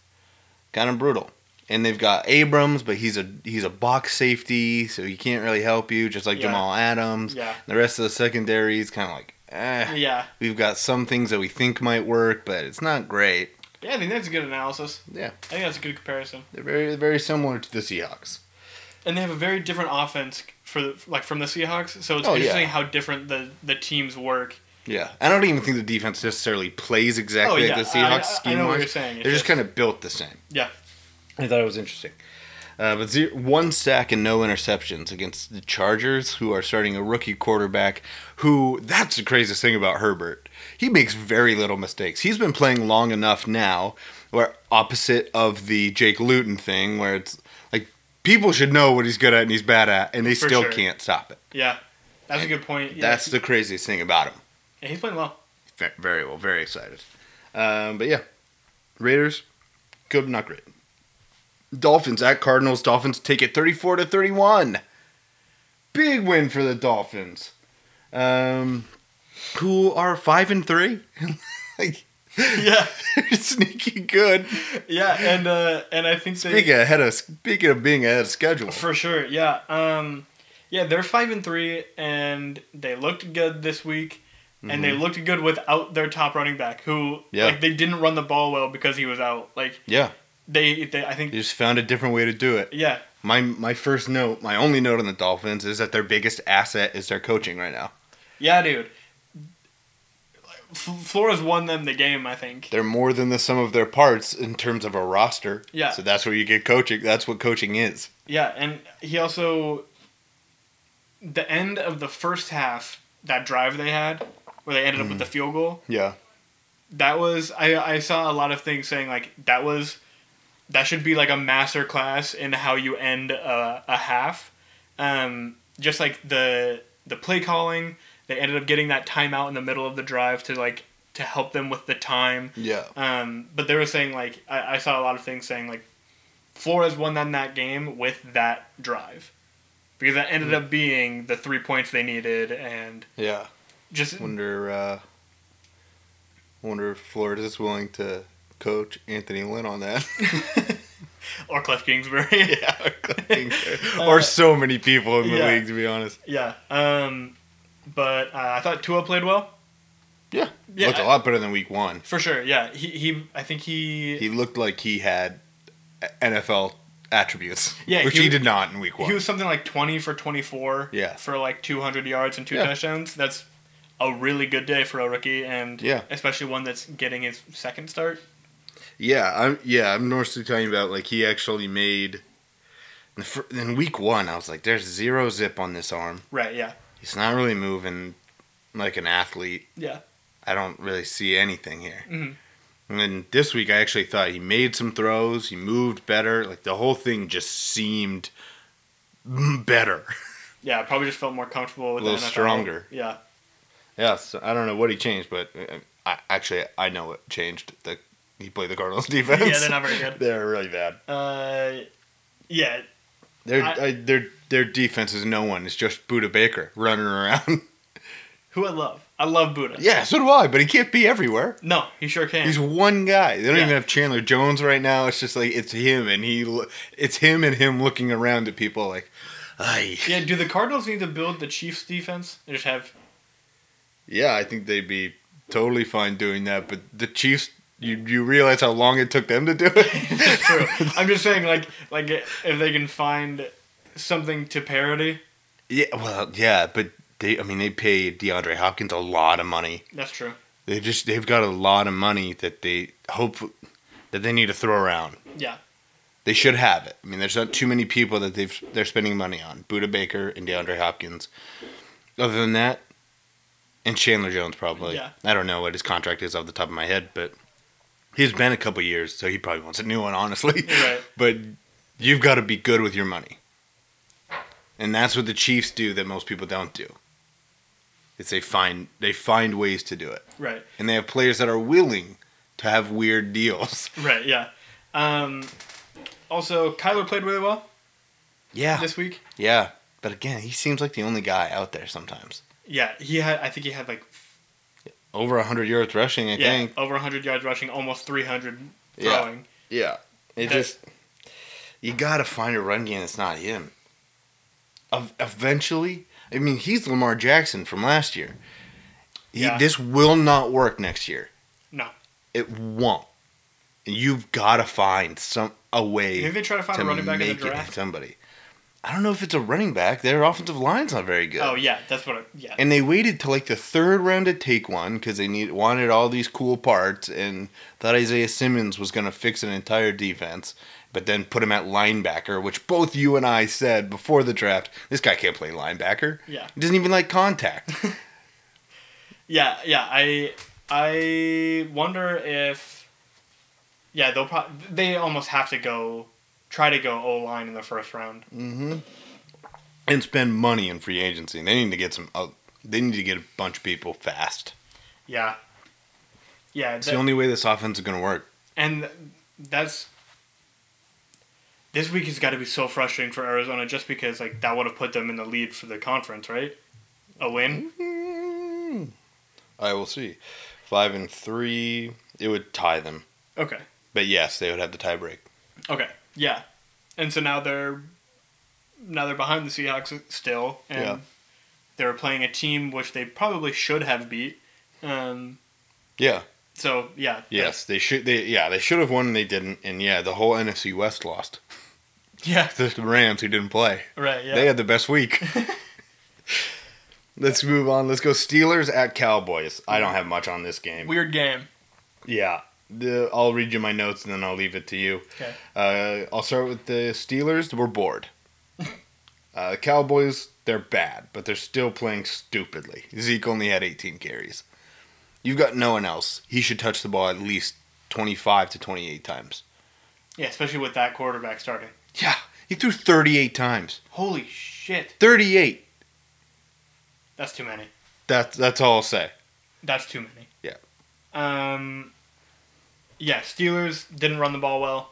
Speaker 4: kind of brutal. And they've got Abrams, but he's a he's a box safety, so he can't really help you. Just like
Speaker 6: Yeah.
Speaker 4: Jamal Adams,
Speaker 6: Yeah.
Speaker 4: the rest of the secondary is kind of like, eh.
Speaker 6: Yeah.
Speaker 4: We've got some things that we think might work, but it's not great.
Speaker 6: Yeah, I think that's a good analysis.
Speaker 4: Yeah,
Speaker 6: I think that's a good comparison.
Speaker 4: they're very very similar to the Seahawks.
Speaker 6: and they have a very different offense for the, like from the Seahawks. So it's
Speaker 4: Oh, yeah.
Speaker 6: interesting how different the, the teams work.
Speaker 4: Yeah, I don't even think the defense necessarily plays exactly
Speaker 6: Oh, yeah,
Speaker 4: like the Seahawks
Speaker 6: I- I- I
Speaker 4: scheme
Speaker 6: know what
Speaker 4: wise.
Speaker 6: you're saying. It's
Speaker 4: They're just
Speaker 6: just-
Speaker 4: kind of built the same.
Speaker 6: Yeah,
Speaker 4: I thought it was interesting. Uh, but zero, one sack and no interceptions against the Chargers, who are starting a rookie quarterback. Who that's the craziest thing about Herbert. He makes very little mistakes. He's been playing long enough now, where opposite of the Jake Luton thing, where it's like people should know what he's good at and he's bad at, and they
Speaker 6: For
Speaker 4: still
Speaker 6: sure.
Speaker 4: can't stop it.
Speaker 6: yeah, that's a good point. Yeah,
Speaker 4: That's the craziest thing about him.
Speaker 6: yeah, he's playing well.
Speaker 4: Ve- very well, very excited. Um, but yeah, Raiders good, not great. Dolphins at Cardinals. Dolphins take it 34 to 31. Big win for the Dolphins. Um, who are five and three? like,
Speaker 6: Yeah,
Speaker 4: they're sneaky good.
Speaker 6: yeah, and uh, and I think they
Speaker 4: Big ahead of speaking of being ahead of schedule.
Speaker 6: for sure. Yeah, um, yeah, they're five and three, and they looked good this week, and they looked good without their top running back, who
Speaker 4: Mm-hmm. Yeah.
Speaker 6: like they didn't run the ball well because he was out. Like
Speaker 4: Yeah,
Speaker 6: they, they I think
Speaker 4: they just found a different way to do it.
Speaker 6: yeah,
Speaker 4: My my first note, my only note on the Dolphins is that their biggest asset is their coaching right now.
Speaker 6: yeah, dude. F- Flores won them the game, I think.
Speaker 4: They're more than the sum of their parts in terms of a roster.
Speaker 6: Yeah.
Speaker 4: So that's where you get coaching. That's what coaching is.
Speaker 6: Yeah, and he also the end of the first half, that drive they had, where they ended up with the field goal,
Speaker 4: Yeah.
Speaker 6: that was I, I saw a lot of things saying like that was that should be like a master class in how you end a, a half. Um, just like the the play calling, they ended up getting that timeout in the middle of the drive to like to help them with the time.
Speaker 4: Yeah.
Speaker 6: Um, but they were saying like I, I saw a lot of things saying like Flores won them that game with that drive because that ended up being the three points they needed and
Speaker 4: Yeah.
Speaker 6: just
Speaker 4: Wonder uh wonder if Flores is willing to coach Anthony Lynn on that.
Speaker 6: or Cliff Kingsbury.
Speaker 4: yeah. or so many people in the
Speaker 6: Uh, yeah.
Speaker 4: league to be honest.
Speaker 6: Yeah. Um, but uh, I thought Tua played well
Speaker 4: Yeah.
Speaker 6: Yeah,
Speaker 4: Looked a
Speaker 6: I-
Speaker 4: lot better than week one.
Speaker 6: for sure. Yeah. He, he I think he
Speaker 4: He looked like he had NFL attributes.
Speaker 6: Yeah,
Speaker 4: Which
Speaker 6: he
Speaker 4: he,
Speaker 6: was-
Speaker 4: did not in week one.
Speaker 6: he was something like twenty for twenty four.
Speaker 4: Yeah.
Speaker 6: For like two hundred yards and two
Speaker 4: Yeah.
Speaker 6: touchdowns. That's a really good day for a rookie and
Speaker 4: Yeah.
Speaker 6: especially one that's getting his second start.
Speaker 4: Yeah, I'm. Yeah, I'm mostly talking about like he actually made. In, the fir- in week one, I was like, "There's zero zip on this arm.
Speaker 6: Right. Yeah.
Speaker 4: He's not really moving like an athlete.
Speaker 6: Yeah.
Speaker 4: I don't really see anything here."
Speaker 6: Mhm.
Speaker 4: And then this week, I actually thought he made some throws. He moved better. Like the whole thing just seemed mm, better.
Speaker 6: Yeah, I probably just felt more comfortable with
Speaker 4: A little
Speaker 6: the NFL.
Speaker 4: stronger.
Speaker 6: Yeah,
Speaker 4: yeah, so I don't know what he changed, but uh, I actually I know what changed. The he played the Cardinals defense.
Speaker 6: yeah, they're not very good.
Speaker 4: They're really bad.
Speaker 6: Uh, yeah,
Speaker 4: Their
Speaker 6: I-
Speaker 4: I, their their defense is no one. It's just Buda Baker running around.
Speaker 6: who I love. I love Buddha.
Speaker 4: yeah, so do I. But he can't be everywhere.
Speaker 6: No, he sure can.
Speaker 4: He's one guy. They don't
Speaker 6: Yeah.
Speaker 4: even have Chandler Jones right now. It's just like it's him and he. lo- It's him and him looking around at people like, I.
Speaker 6: yeah, do the Cardinals need to build the Chiefs defense? They just have
Speaker 4: Yeah, I think they'd be totally fine doing that. But the Chiefs, you you realize how long it took them to do it.
Speaker 6: true. I'm just saying, like, like if they can find something to parody,
Speaker 4: yeah, well, yeah, but they. I mean, they pay DeAndre Hopkins a lot of money.
Speaker 6: that's true.
Speaker 4: They just they've got a lot of money that they hope that they need to throw around.
Speaker 6: Yeah,
Speaker 4: They should have it. I mean, there's not too many people that they've they're spending money on. Buda Baker and DeAndre Hopkins. Other than that, and Chandler Jones probably.
Speaker 6: Yeah.
Speaker 4: I don't know what his contract is off the top of my head, but he's been a couple years, so he probably wants a new one, honestly.
Speaker 6: You're right.
Speaker 4: But you've got to be good with your money, and that's what the Chiefs do that most people don't do. Is they find they find ways to do it
Speaker 6: right,
Speaker 4: and they have players that are willing to have weird deals.
Speaker 6: right, yeah. Um, also, Kyler played really well
Speaker 4: Yeah.
Speaker 6: this week.
Speaker 4: yeah. But again, he seems like the only guy out there sometimes.
Speaker 6: Yeah, he had. I think he had like
Speaker 4: Over 100 yards rushing, I
Speaker 6: yeah
Speaker 4: think.
Speaker 6: over 100 yards rushing, almost 300
Speaker 4: Yeah.
Speaker 6: throwing.
Speaker 4: Yeah. It
Speaker 6: That-
Speaker 4: just you got to find a run game that's not him. Ev- Eventually, I mean, he's Lamar Jackson from last year. He,
Speaker 6: Yeah.
Speaker 4: This will not work next year.
Speaker 6: No.
Speaker 4: It won't. You've got to find some a way.
Speaker 6: Maybe they try to find
Speaker 4: to
Speaker 6: a running back in the
Speaker 4: make it
Speaker 6: draft.
Speaker 4: somebody. I don't know if it's a running back. Their offensive line's not very good.
Speaker 6: Oh yeah, that's what. I, yeah,
Speaker 4: And they waited till like the third round to take one because they need, wanted all these cool parts and thought Isaiah Simmons was going to fix an entire defense, but then put him at linebacker, which both you and I said before the draft this guy can't play linebacker.
Speaker 6: Yeah.
Speaker 4: He doesn't even like contact.
Speaker 6: yeah, yeah. I I wonder if yeah they'll probably they almost have to go try to go O line in the first round.
Speaker 4: and spend money in free agency. They need to get some, uh, they need to get a bunch of people fast.
Speaker 6: Yeah, yeah.
Speaker 4: It's
Speaker 6: that-
Speaker 4: the only way this offense is going to work.
Speaker 6: and that's This week has got to be so frustrating for Arizona just because like that would have put them in the lead for the conference, right? A win.
Speaker 4: Hmm. I will see. Five and three, it would tie them.
Speaker 6: Okay.
Speaker 4: But yes, they would have the tiebreak.
Speaker 6: Okay. Yeah. And so now they're now they're behind the Seahawks still, and
Speaker 4: Yeah.
Speaker 6: they're playing a team which they probably should have beat. Um,
Speaker 4: Yeah.
Speaker 6: so yeah.
Speaker 4: Yes, they should. They yeah, they should have won and they didn't. And yeah, the whole NFC West lost.
Speaker 6: Yeah.
Speaker 4: The Rams who didn't play.
Speaker 6: Right. Yeah.
Speaker 4: They had the best week. Let's move on. Let's go Steelers at Cowboys. I don't have much on this game.
Speaker 6: Weird game.
Speaker 4: Yeah. The, I'll read you my notes and then I'll leave it to you.
Speaker 6: Okay.
Speaker 4: Uh, I'll start with the Steelers. We're bored. uh, the Cowboys, they're bad, but they're still playing stupidly. Zeke only had 18 carries. You've got no one else. He should touch the ball at least 25 to 28 times.
Speaker 6: Yeah, especially with that quarterback starting.
Speaker 4: Yeah. He threw 38 times.
Speaker 6: Holy shit.
Speaker 4: 38.
Speaker 6: That's too many.
Speaker 4: That's that's all I'll say.
Speaker 6: That's too many.
Speaker 4: Yeah.
Speaker 6: Um. Yeah, Steelers didn't run the ball well.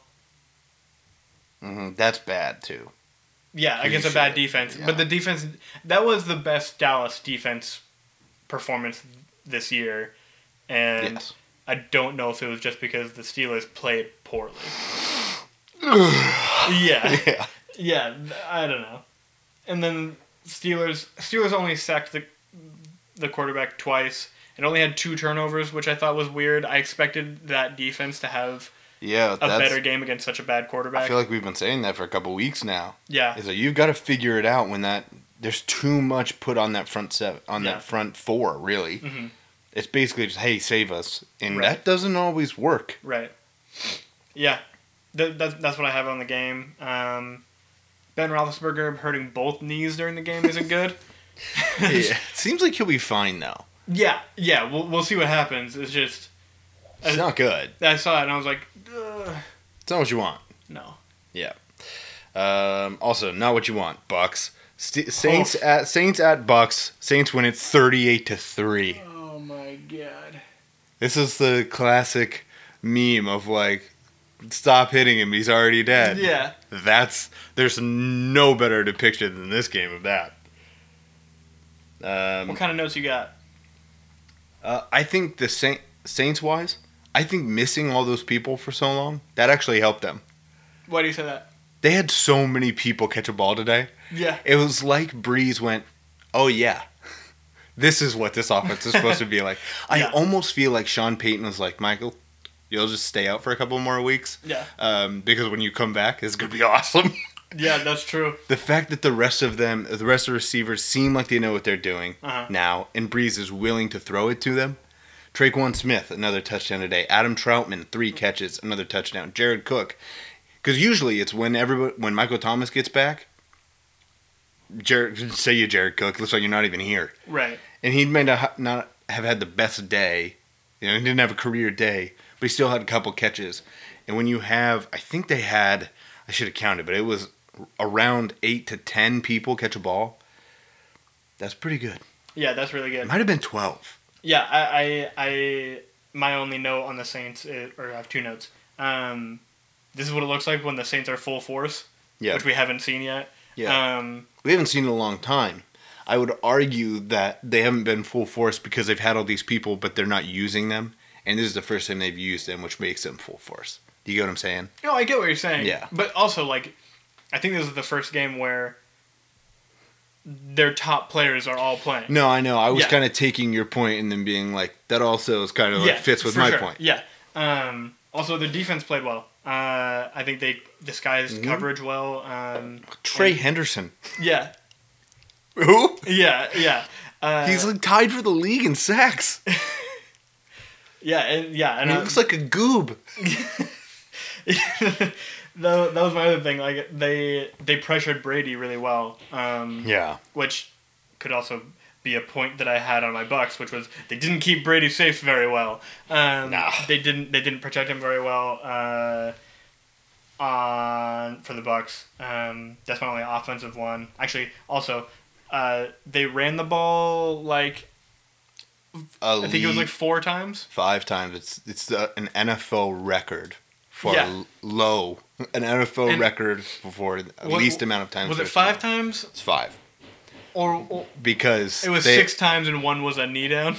Speaker 4: hmm That's bad too.
Speaker 6: Yeah,
Speaker 4: Pretty
Speaker 6: against a bad
Speaker 4: sure,
Speaker 6: defense.
Speaker 4: yeah.
Speaker 6: But the defense that was the best Dallas defense performance this year. And
Speaker 4: Yes.
Speaker 6: I don't know if it was just because the Steelers played poorly. yeah.
Speaker 4: Yeah.
Speaker 6: Yeah, I don't know. And then Steelers Steelers only sacked the the quarterback twice and only had two turnovers, which I thought was weird. I expected that defense to have
Speaker 4: Yeah.
Speaker 6: a
Speaker 4: That's,
Speaker 6: better game against such a bad
Speaker 4: I
Speaker 6: quarterback.
Speaker 4: feel like we've been saying that for a couple weeks now.
Speaker 6: yeah.
Speaker 4: is that you've got to figure it out when that there's too much put on that front seven on
Speaker 6: Yeah.
Speaker 4: that front four really
Speaker 6: Mhm.
Speaker 4: it's basically just hey save us and
Speaker 6: Right.
Speaker 4: that doesn't always work
Speaker 6: Right. Yeah. Th- that's, that's what I have on the game. Um, ben Roethlisberger hurting both knees during the game isn't good.
Speaker 4: yeah. it seems like he'll be fine though
Speaker 6: yeah, yeah. We'll, we'll see what happens. It's just
Speaker 4: it's
Speaker 6: Uh,
Speaker 4: not good
Speaker 6: I saw it and I was like, Ugh.
Speaker 4: it's not what you want
Speaker 6: no.
Speaker 4: um, also not what you want bucks
Speaker 6: Oh.
Speaker 4: St- saints at saints at bucks saints win it 38 to 3
Speaker 6: Oh my god.
Speaker 4: this is the classic meme of like stop hitting him he's already dead
Speaker 6: Yeah.
Speaker 4: That's there's no better depiction than this game of that. Um,
Speaker 6: What kind of notes you got?
Speaker 4: uh, I think the Saint, Saints wise, I think missing all those people for so long that actually helped them.
Speaker 6: Why do you say that?
Speaker 4: They had so many people catch a ball today.
Speaker 6: Yeah.
Speaker 4: It was like Breeze went, "Oh yeah, this is what this offense is supposed to be like." I
Speaker 6: Yeah.
Speaker 4: almost feel like Sean Payton was like, "Michael, you'll just stay out for a couple more weeks
Speaker 6: Yeah.
Speaker 4: um, because when you come back, it's gonna be awesome."
Speaker 6: Yeah, that's true.
Speaker 4: the fact that the rest of them, the rest of the receivers, seem like they know what they're doing
Speaker 6: Uh-huh.
Speaker 4: now, and Breeze is willing to throw it to them. Traquan Smith, another touchdown today. Adam Troutman, three catches, another touchdown. Jared Cook, because usually it's when everybody, when Michael Thomas gets back. Jared, say you Jared Cook. Looks like you're not even here,
Speaker 6: Right.
Speaker 4: and he may not not have had the best day. You know, he didn't have a career day, but he still had a couple catches. And when you have, I think they had, I should have counted, but it was around eight to ten people catch a ball. That's pretty good.
Speaker 6: Yeah, that's really good.
Speaker 4: It might have been twelve.
Speaker 6: Yeah, I, I, I, my only note on the Saints, is, or I have two notes. Um, this is what it looks like when the Saints are full force,
Speaker 4: Yeah,
Speaker 6: which we haven't seen yet.
Speaker 4: yeah.
Speaker 6: Um,
Speaker 4: we haven't seen it in a long time. I would argue that they haven't been full force because they've had all these people, but they're not using them. And this is the first time they've used them, which makes them full force. Do you get what I'm saying?
Speaker 6: no, I get what you're saying.
Speaker 4: Yeah.
Speaker 6: But also, like, I think this is the first game where their top players are all playing.
Speaker 4: No, I know. I was
Speaker 6: Yeah.
Speaker 4: kind of taking your point and then being like, that also is kind of like fits with
Speaker 6: for
Speaker 4: my
Speaker 6: sure.
Speaker 4: point.
Speaker 6: Yeah. Um, also, their defense played well. Uh, I think they disguised
Speaker 4: Mm-hmm.
Speaker 6: coverage well. Um,
Speaker 4: Trey Henderson.
Speaker 6: yeah,
Speaker 4: Who?
Speaker 6: yeah, yeah. Uh,
Speaker 4: He's like tied for the league in sacks.
Speaker 6: yeah, and yeah, and
Speaker 4: he
Speaker 6: uh,
Speaker 4: looks like a goob.
Speaker 6: that,
Speaker 4: Mm-hmm.
Speaker 6: that was my other thing. Like they they pressured Brady really well, um,
Speaker 4: Yeah.
Speaker 6: which could also be a point that I had on my Bucks, which was they didn't keep Brady safe very well. Um,
Speaker 4: Nah.
Speaker 6: They didn't they didn't protect him very well. Uh, on for the Bucks, um, that's my only offensive one. Actually, also. Uh, they ran the ball like
Speaker 4: A
Speaker 6: I think it was like four times.
Speaker 4: five times. It's it's uh, an NFL record for
Speaker 6: Yeah.
Speaker 4: l- low an NFL
Speaker 6: And-
Speaker 4: record for the
Speaker 6: What-
Speaker 4: least amount of times.
Speaker 6: Was it
Speaker 4: there's
Speaker 6: five
Speaker 4: no-
Speaker 6: times
Speaker 4: It's five
Speaker 6: or, or
Speaker 4: because
Speaker 6: it was
Speaker 4: they-
Speaker 6: six times and one was a knee down?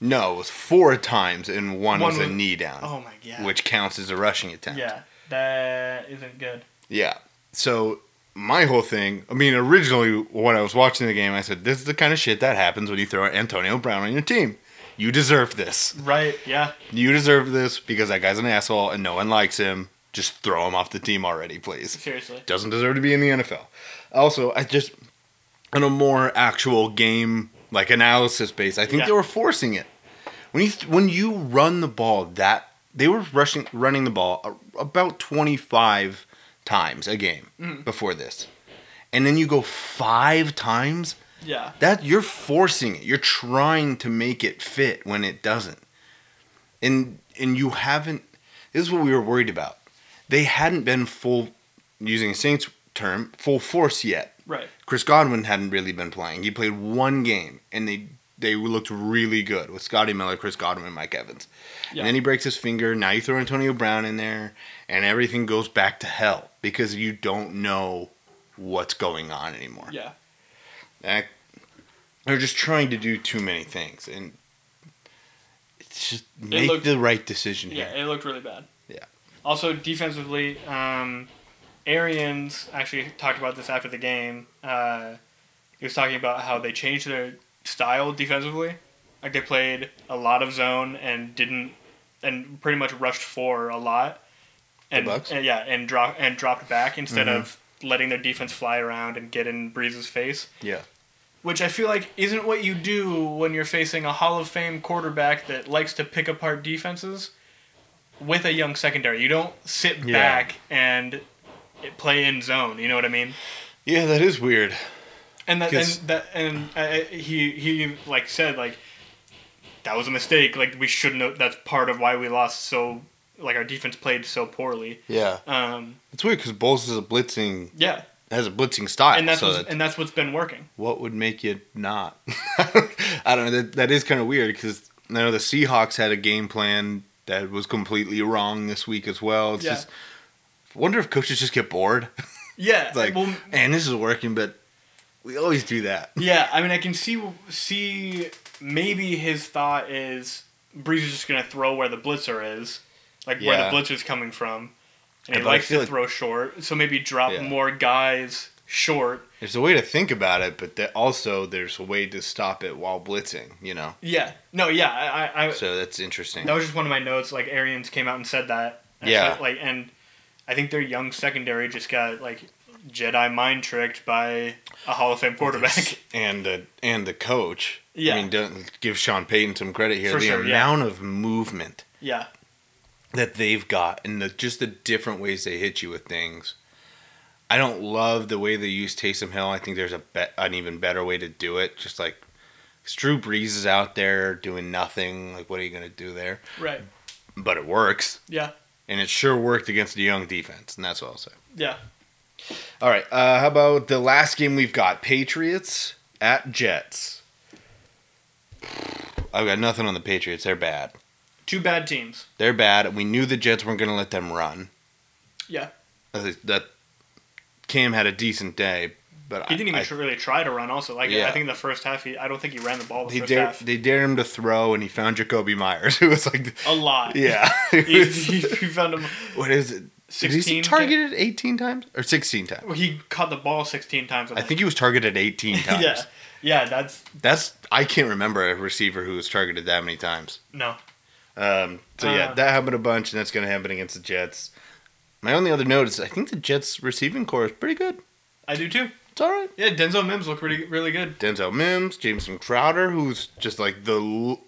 Speaker 4: No, it was four times and one,
Speaker 6: One
Speaker 4: was, a
Speaker 6: was-
Speaker 4: knee down,
Speaker 6: Oh my god.
Speaker 4: which counts as a rushing attempt.
Speaker 6: Yeah, that isn't good.
Speaker 4: Yeah. So my whole thing, I mean, originally when I was watching the game, I said, "This is the kind of shit that happens when you throw Antonio Brown on your team. You deserve this.
Speaker 6: Right? Yeah.
Speaker 4: You deserve this because that guy's an asshole and no one likes him. Just throw him off the team already, please."
Speaker 6: Seriously.
Speaker 4: doesn't deserve to be in the NFL. Also, I just on a more actual game like analysis base, I think
Speaker 6: Yeah.
Speaker 4: they were forcing it. When you when you run the ball that they were rushing running the ball a- about 25 times a game before this. And then you go 5 times
Speaker 6: Yeah.
Speaker 4: that you're forcing it. You're trying to make it fit when it doesn't. And and you haven't this is what we were worried about. They hadn't been full using a Saints term, full force yet.
Speaker 6: Right.
Speaker 4: Chris Godwin hadn't really been playing. He played one game and they they looked really good with Scotty Miller, Chris Godwin, and Mike Evans.
Speaker 6: Yeah.
Speaker 4: And then he breaks his finger. Now you throw Antonio Brown in there and everything goes back to hell because you don't know what's going on anymore.
Speaker 6: Yeah.
Speaker 4: That they're just trying to do too many things and it's just make
Speaker 6: looked-
Speaker 4: the right decision
Speaker 6: Yeah.
Speaker 4: here.
Speaker 6: It looked really bad.
Speaker 4: Yeah.
Speaker 6: Also, defensively, um, Arians actually talked about this after the game. Uh, he was talking about how they changed their style defensively. Like they played a lot of zone and didn't, and pretty much rushed for a lot. And,
Speaker 4: Bucks? Mm-hmm.
Speaker 6: and yeah, and drop and dropped back instead of letting their defense fly around and get in Breeze's face.
Speaker 4: Yeah.
Speaker 6: which I feel like isn't what you do when you're facing a Hall of Fame quarterback that likes to pick apart defenses with a young secondary. You don't sit
Speaker 4: Yeah.
Speaker 6: back and it- play in zone. You know what I mean?
Speaker 4: Yeah, that is weird.
Speaker 6: And that
Speaker 4: 'Cause-
Speaker 6: and that and uh, he he like said like that was a mistake. Like we shouldn't. have That's part of why we lost so. Like our defense played so poorly.
Speaker 4: Yeah.
Speaker 6: Um,
Speaker 4: It's weird because Bowles is a blitzing
Speaker 6: yeah,
Speaker 4: has a blitzing style.
Speaker 6: and that's
Speaker 4: Uh, so
Speaker 6: what's,
Speaker 4: that-
Speaker 6: and that's what's been working.
Speaker 4: what would make you not? I don't know. That, that is kind of weird because I know the Seahawks had a game plan that was completely wrong this week as well. It's
Speaker 6: Yeah.
Speaker 4: just wonder if coaches just get bored.
Speaker 6: Yeah,
Speaker 4: It's like,
Speaker 6: Uh, well,
Speaker 4: man, this is working, but we always do that.
Speaker 6: Yeah, I mean, I can see see maybe his thought is Breeze is just gonna throw where the blitzer is, like where
Speaker 4: Yeah.
Speaker 6: the blitzer's coming from, and
Speaker 4: Yeah,
Speaker 6: he
Speaker 4: but I
Speaker 6: likes to
Speaker 4: feel like-
Speaker 6: throw short. So maybe drop
Speaker 4: Yeah.
Speaker 6: more guys short.
Speaker 4: There's a way to think about it, but that also there's a way to stop it while blitzing. You know,
Speaker 6: Yeah. No. Yeah. I. I, I
Speaker 4: so that's interesting.
Speaker 6: that was just one of my notes. Like Arians came out and said that. And
Speaker 4: Yeah.
Speaker 6: so, like, and I think their young secondary just got like Jedi mind tricked by a Hall of Fame quarterback.
Speaker 4: and the and the coach.
Speaker 6: Yeah.
Speaker 4: I mean, don't give Sean Payton some credit here.
Speaker 6: For
Speaker 4: the
Speaker 6: sure, yeah.
Speaker 4: amount of movement
Speaker 6: yeah.
Speaker 4: that they've got, and the just the different ways they hit you with things. I don't love the way they use Taysom Hill. I think there's a bet, an even better way to do it. Just like 'cause Drew Brees is out there doing nothing. Like, what are you gonna do there?
Speaker 6: Right.
Speaker 4: But it works,
Speaker 6: Yeah.
Speaker 4: and it sure worked against the young defense, and that's what I'll say.
Speaker 6: Yeah.
Speaker 4: All right. Uh, how about the last game we've got? Patriots at Jets. I've got nothing on the Patriots. They're bad.
Speaker 6: Two bad teams.
Speaker 4: They're bad. We knew the Jets weren't going to let them run.
Speaker 6: Yeah.
Speaker 4: At least That Cam had a decent day, but
Speaker 6: He didn't even
Speaker 4: I,
Speaker 6: tr- really try to run. Also, like
Speaker 4: Yeah.
Speaker 6: I think in the first half, he I don't think he ran the ball the
Speaker 4: they
Speaker 6: first
Speaker 4: dared,
Speaker 6: half
Speaker 4: they dared him to throw, and he found Jacoby Myers, who was like,
Speaker 6: a lot.
Speaker 4: yeah,
Speaker 6: he,
Speaker 4: It was-
Speaker 6: he, he found him.
Speaker 4: what is it? Did he
Speaker 6: 16
Speaker 4: targeted eighteen times or sixteen times?
Speaker 6: He caught the ball sixteen times.
Speaker 4: I think he was targeted eighteen times.
Speaker 6: yeah, yeah. That's
Speaker 4: That's I can't remember a receiver who was targeted that many times.
Speaker 6: no.
Speaker 4: Um, so yeah,
Speaker 6: Uh.
Speaker 4: that happened a bunch, and that's going to happen against the Jets. My only other note is I think the Jets receiving core is pretty good.
Speaker 6: I do too.
Speaker 4: It's all right.
Speaker 6: Yeah, Denzel Mims looked really really good.
Speaker 4: Denzel Mims, Jameson Crowder, who's just like the l-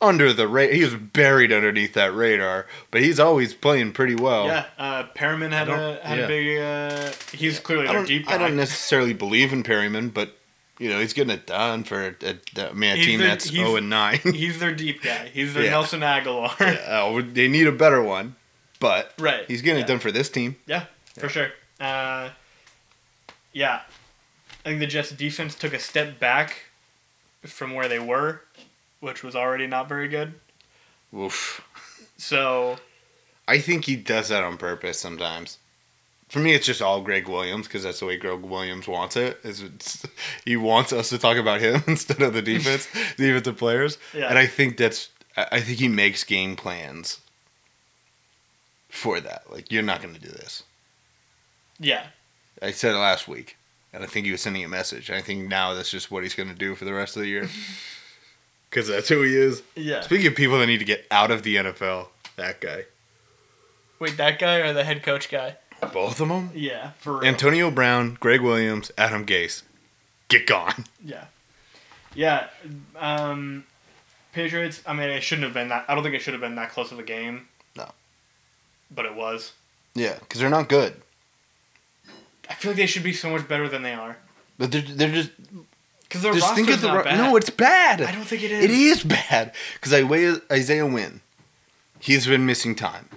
Speaker 4: under the radar. He was buried underneath that radar, but he's always playing pretty well.
Speaker 6: Yeah, uh, Perriman had a
Speaker 4: don't-
Speaker 6: had
Speaker 4: Oh. yeah.
Speaker 6: a big. Uh, he's clearly
Speaker 4: I
Speaker 6: their
Speaker 4: don't,
Speaker 6: deep guy.
Speaker 4: I don't necessarily believe in Perryman, but you know he's getting it done for a, a, a, I mean, a
Speaker 6: He's
Speaker 4: team
Speaker 6: their-
Speaker 4: that's
Speaker 6: he's-
Speaker 4: zero and nine.
Speaker 6: he's their deep guy. He's their
Speaker 4: Yeah.
Speaker 6: Nelson Aguilar. Yeah,
Speaker 4: Uh, they need a better one, but
Speaker 6: Right,
Speaker 4: he's getting
Speaker 6: yeah.
Speaker 4: it done for this team.
Speaker 6: for sure. Uh, yeah, I think the Jets defense took a step back from where they were, which was already not very good.
Speaker 4: Oof.
Speaker 6: So
Speaker 4: I think he does that on purpose sometimes. For me, it's just all Greg Williams because that's the way Greg Williams wants it. Is it's, he wants us to talk about him instead of the defense, the defensive players.
Speaker 6: Yeah.
Speaker 4: And I think that's I I think he makes game plans for that. Like you're not going to do this.
Speaker 6: Yeah.
Speaker 4: I said it last week, and I think he was sending a message. I think now that's just what he's going to do for the rest of the year because that's who he is.
Speaker 6: Yeah.
Speaker 4: Speaking of people that need to get out of the NFL, that guy,
Speaker 6: Wait, that guy or the head coach guy?
Speaker 4: both of them.
Speaker 6: Yeah, for real.
Speaker 4: Antonio Brown, Greg Williams, Adam Gase, get gone.
Speaker 6: Yeah. Yeah. Um, Patriots, I mean, it shouldn't have been that. I don't think it should have been that close of a game.
Speaker 4: No.
Speaker 6: But it was.
Speaker 4: Yeah, because they're not good,
Speaker 6: I feel like they should be so much better than they are.
Speaker 4: but they're, they're just
Speaker 6: Because their
Speaker 4: just
Speaker 6: roster's
Speaker 4: think of the
Speaker 6: not
Speaker 4: ro-
Speaker 6: bad.
Speaker 4: no, it's bad.
Speaker 6: I don't think it is.
Speaker 4: It is bad because Isaiah Wynn, he's been missing time.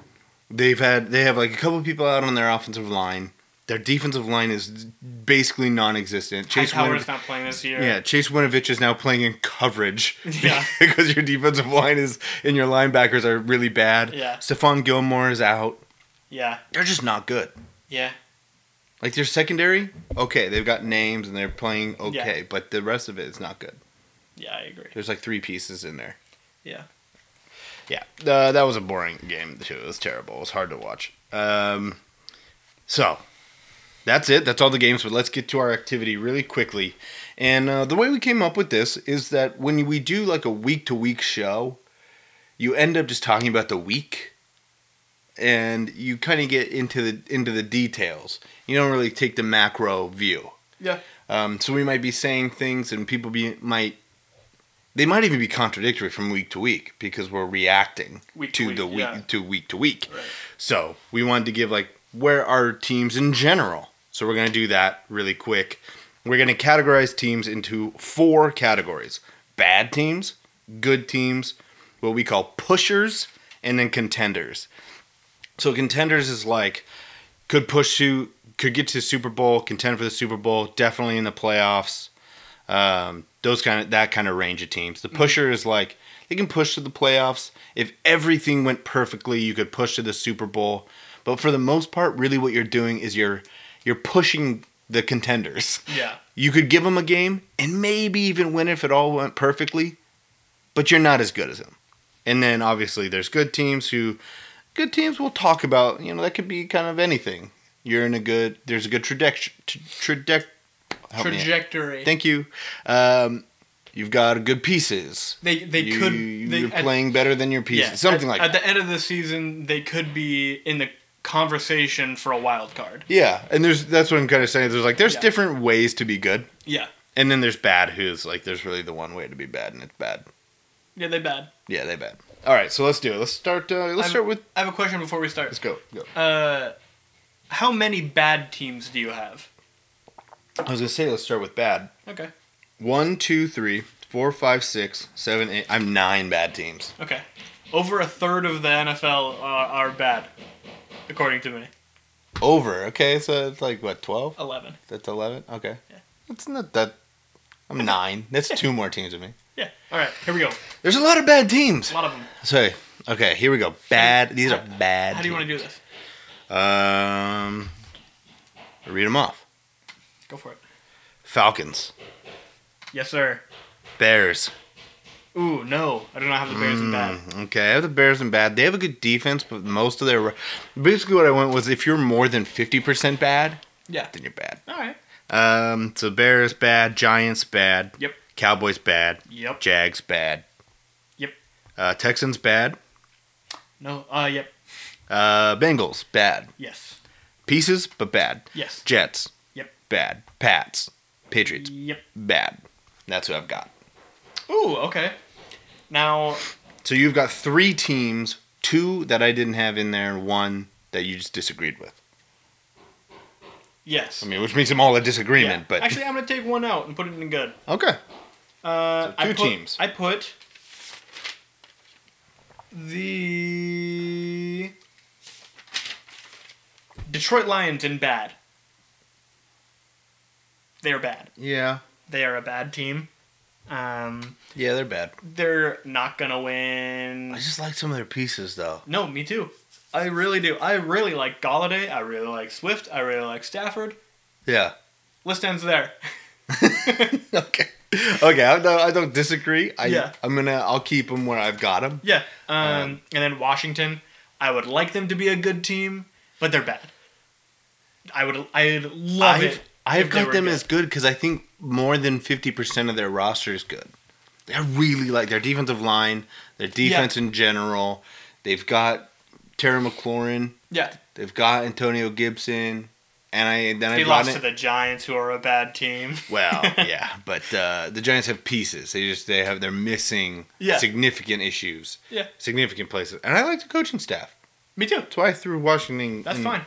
Speaker 4: They've had they have like a couple people out on their offensive line. Their defensive line is basically non-existent. Chase
Speaker 6: Hightower's
Speaker 4: Winovich,
Speaker 6: not playing this year.
Speaker 4: yeah, Chase Winovich is now playing in coverage
Speaker 6: Yeah.
Speaker 4: because your defensive line is and your linebackers are really bad.
Speaker 6: Yeah.
Speaker 4: Stephon Gilmore is out.
Speaker 6: Yeah.
Speaker 4: They're just not good.
Speaker 6: Yeah.
Speaker 4: Like their secondary, okay, they've got names and they're playing okay, but the rest of it is not good.
Speaker 6: Yeah, I agree.
Speaker 4: There's like three pieces in there.
Speaker 6: Yeah.
Speaker 4: Yeah, uh, that was a boring game too. It was terrible. It was hard to watch. Um, so that's it. That's all the games. But let's get to our activity really quickly. And uh, the way we came up with this is that when we do like a week to week show, you end up just talking about the week, and you kind of get into the into the details. You don't really take the macro view.
Speaker 6: Yeah.
Speaker 4: Um, so we might be saying things, and people be might they might even be contradictory from week to week because we're reacting
Speaker 6: Week
Speaker 4: to
Speaker 6: to
Speaker 4: the
Speaker 6: week,
Speaker 4: week
Speaker 6: yeah.
Speaker 4: to week to week.
Speaker 6: Right.
Speaker 4: So we wanted to give like where are teams in general. So we're gonna do that really quick. We're gonna categorize teams into four categories: bad teams, good teams, what we call pushers, and then contenders. So contenders is like could push to could get to the Super Bowl, contend for the Super Bowl, definitely in the playoffs. Um, those kind of that kind of range of teams. The pusher is like they can push to the playoffs. If everything went perfectly, you could push to the Super Bowl. But for the most part, really what you're doing is you're you're pushing the contenders.
Speaker 6: Yeah.
Speaker 4: You could give them a game and maybe even win if it all went perfectly, but you're not as good as them. And then obviously there's good teams who good teams we'll talk about, you know, that could be kind of anything. You're in a good there's a good trajectory trajectory
Speaker 6: Trajectory.
Speaker 4: Thank you. Um, you've got good pieces.
Speaker 6: they they
Speaker 4: you,
Speaker 6: could.
Speaker 4: you-
Speaker 6: they,
Speaker 4: you're
Speaker 6: at-
Speaker 4: playing better than your pieces.
Speaker 6: yeah,
Speaker 4: Something
Speaker 6: at-
Speaker 4: like
Speaker 6: At
Speaker 4: that.
Speaker 6: the end of the season, they could be in the conversation for a wild card.
Speaker 4: yeah, and there's that's what I'm kind of saying. There's like there's
Speaker 6: Yeah.
Speaker 4: different ways to be good,
Speaker 6: Yeah.
Speaker 4: and then there's bad. Who's like there's really the one way to be bad, and it's bad.
Speaker 6: Yeah, they bad.
Speaker 4: Yeah, they bad. All right, so let's do it. Let's start. Uh, let's
Speaker 6: I'm-
Speaker 4: start with.
Speaker 6: I have a question before we start.
Speaker 4: Let's go. go.
Speaker 6: Uh, how many bad teams do you have?
Speaker 4: I was gonna say let's start with bad.
Speaker 6: Okay.
Speaker 4: One, two, three, four, five, six, seven, eight. I'm nine bad teams.
Speaker 6: Okay. Over a third of the NFL are, are bad, according to me.
Speaker 4: Over. Okay, so it's like what twelve.
Speaker 6: Eleven.
Speaker 4: That's eleven. Okay. That's not that. I'm nine. That's two more teams than me.
Speaker 6: Yeah. All right. Here we go.
Speaker 4: There's a lot of bad teams.
Speaker 6: A lot of them.
Speaker 4: So okay, here we go. Bad. These are bad.
Speaker 6: How do you want to do this?
Speaker 4: do? Um, read them off.
Speaker 6: Go for it.
Speaker 4: Falcons,
Speaker 6: Yes, sir.
Speaker 4: Bears.
Speaker 6: Ooh, no. I do not have the Bears in bad.
Speaker 4: Okay, I have the Bears in bad. They have a good defense, but most of their basically what I went was if you're more than fifty percent bad,
Speaker 6: Yeah.
Speaker 4: then you're bad.
Speaker 6: All right.
Speaker 4: Um, so Bears bad, Giants bad,
Speaker 6: Yep.
Speaker 4: Cowboys bad,
Speaker 6: Yep.
Speaker 4: Jags bad,
Speaker 6: Yep.
Speaker 4: uh, Texans bad,
Speaker 6: No. Uh. Yep.
Speaker 4: uh, Bengals bad,
Speaker 6: Yes.
Speaker 4: pieces but bad,
Speaker 6: Yes.
Speaker 4: Jets
Speaker 6: Yep.
Speaker 4: bad, Pats, Patriots
Speaker 6: Yep.
Speaker 4: bad. That's what I've got.
Speaker 6: Ooh. Okay. Now.
Speaker 4: So you've got three teams, two that I didn't have in there, and one that you just disagreed with.
Speaker 6: Yes.
Speaker 4: I mean, which makes them all a disagreement,
Speaker 6: Yeah.
Speaker 4: but
Speaker 6: actually, I'm gonna take one out and put it in good.
Speaker 4: okay.
Speaker 6: Uh,
Speaker 4: So
Speaker 6: I
Speaker 4: two
Speaker 6: put-
Speaker 4: teams.
Speaker 6: I put the Detroit Lions in bad. They're bad.
Speaker 4: Yeah,
Speaker 6: They are a bad team. Um,
Speaker 4: yeah, they're bad.
Speaker 6: they're not gonna win.
Speaker 4: just like some of their pieces, though.
Speaker 6: No, me too. I really do. I really like Galladay. I really like Swift. I really like Stafford.
Speaker 4: Yeah.
Speaker 6: List ends there.
Speaker 4: okay. Okay. I don't, I don't disagree. I,
Speaker 6: Yeah.
Speaker 4: I'm gonna. I'll keep them where I've got them.
Speaker 6: Yeah. Um, and then Washington, I would like them to be a good team, but they're bad. I would I'd love
Speaker 4: I've
Speaker 6: it.
Speaker 4: I've
Speaker 6: if they
Speaker 4: got
Speaker 6: were
Speaker 4: them
Speaker 6: good.
Speaker 4: as good because I think more than fifty percent of their roster is good. I really like their defensive line, their defense in general. They've got Terry McLaurin.
Speaker 6: yeah.
Speaker 4: They've got Antonio Gibson, and I then I
Speaker 6: They
Speaker 4: brought
Speaker 6: lost
Speaker 4: in.
Speaker 6: to the Giants, who are a bad team.
Speaker 4: well, yeah, but uh, the Giants have pieces. They just they have they're missing
Speaker 6: Yeah.
Speaker 4: significant issues,
Speaker 6: Yeah,
Speaker 4: significant places, and I like the coaching staff.
Speaker 6: me too.
Speaker 4: That's why I threw Washington.
Speaker 6: That's
Speaker 4: in-
Speaker 6: fine.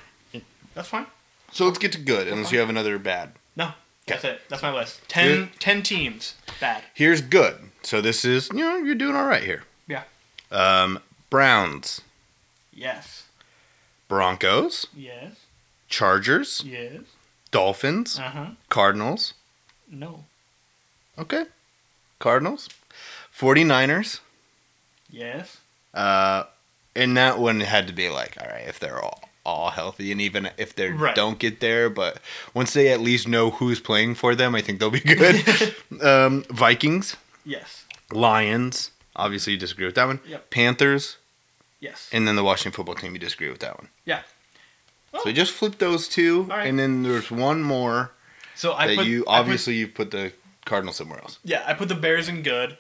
Speaker 6: That's fine.
Speaker 4: So let's get to good, unless you have another bad.
Speaker 6: No, that's it. That's my list. Ten,
Speaker 4: Good.
Speaker 6: 10 teams. Bad.
Speaker 4: Here's good. So this is you know you're doing all right here.
Speaker 6: Yeah.
Speaker 4: Um, Browns,
Speaker 6: Yes.
Speaker 4: Broncos,
Speaker 6: Yes.
Speaker 4: Chargers,
Speaker 6: Yes.
Speaker 4: Dolphins,
Speaker 6: Uh huh.
Speaker 4: Cardinals.
Speaker 6: No.
Speaker 4: Okay. Cardinals, 49ers.
Speaker 6: Yes.
Speaker 4: Uh, and that one had to be like, all right, if they're all, all healthy, and even if they
Speaker 6: Right.
Speaker 4: don't get there, but once they at least know who's playing for them, I think they'll be good. um, Vikings,
Speaker 6: Yes.
Speaker 4: Lions. Obviously, you disagree with that one.
Speaker 6: Yep.
Speaker 4: Panthers,
Speaker 6: Yes.
Speaker 4: and then the Washington football team. You disagree with that one.
Speaker 6: Yeah.
Speaker 4: So you just flip those two,
Speaker 6: All right.
Speaker 4: and then there's one more
Speaker 6: So I
Speaker 4: that
Speaker 6: put
Speaker 4: you
Speaker 6: I put-
Speaker 4: obviously you've put the Cardinals somewhere else.
Speaker 6: yeah, I put the Bears in good.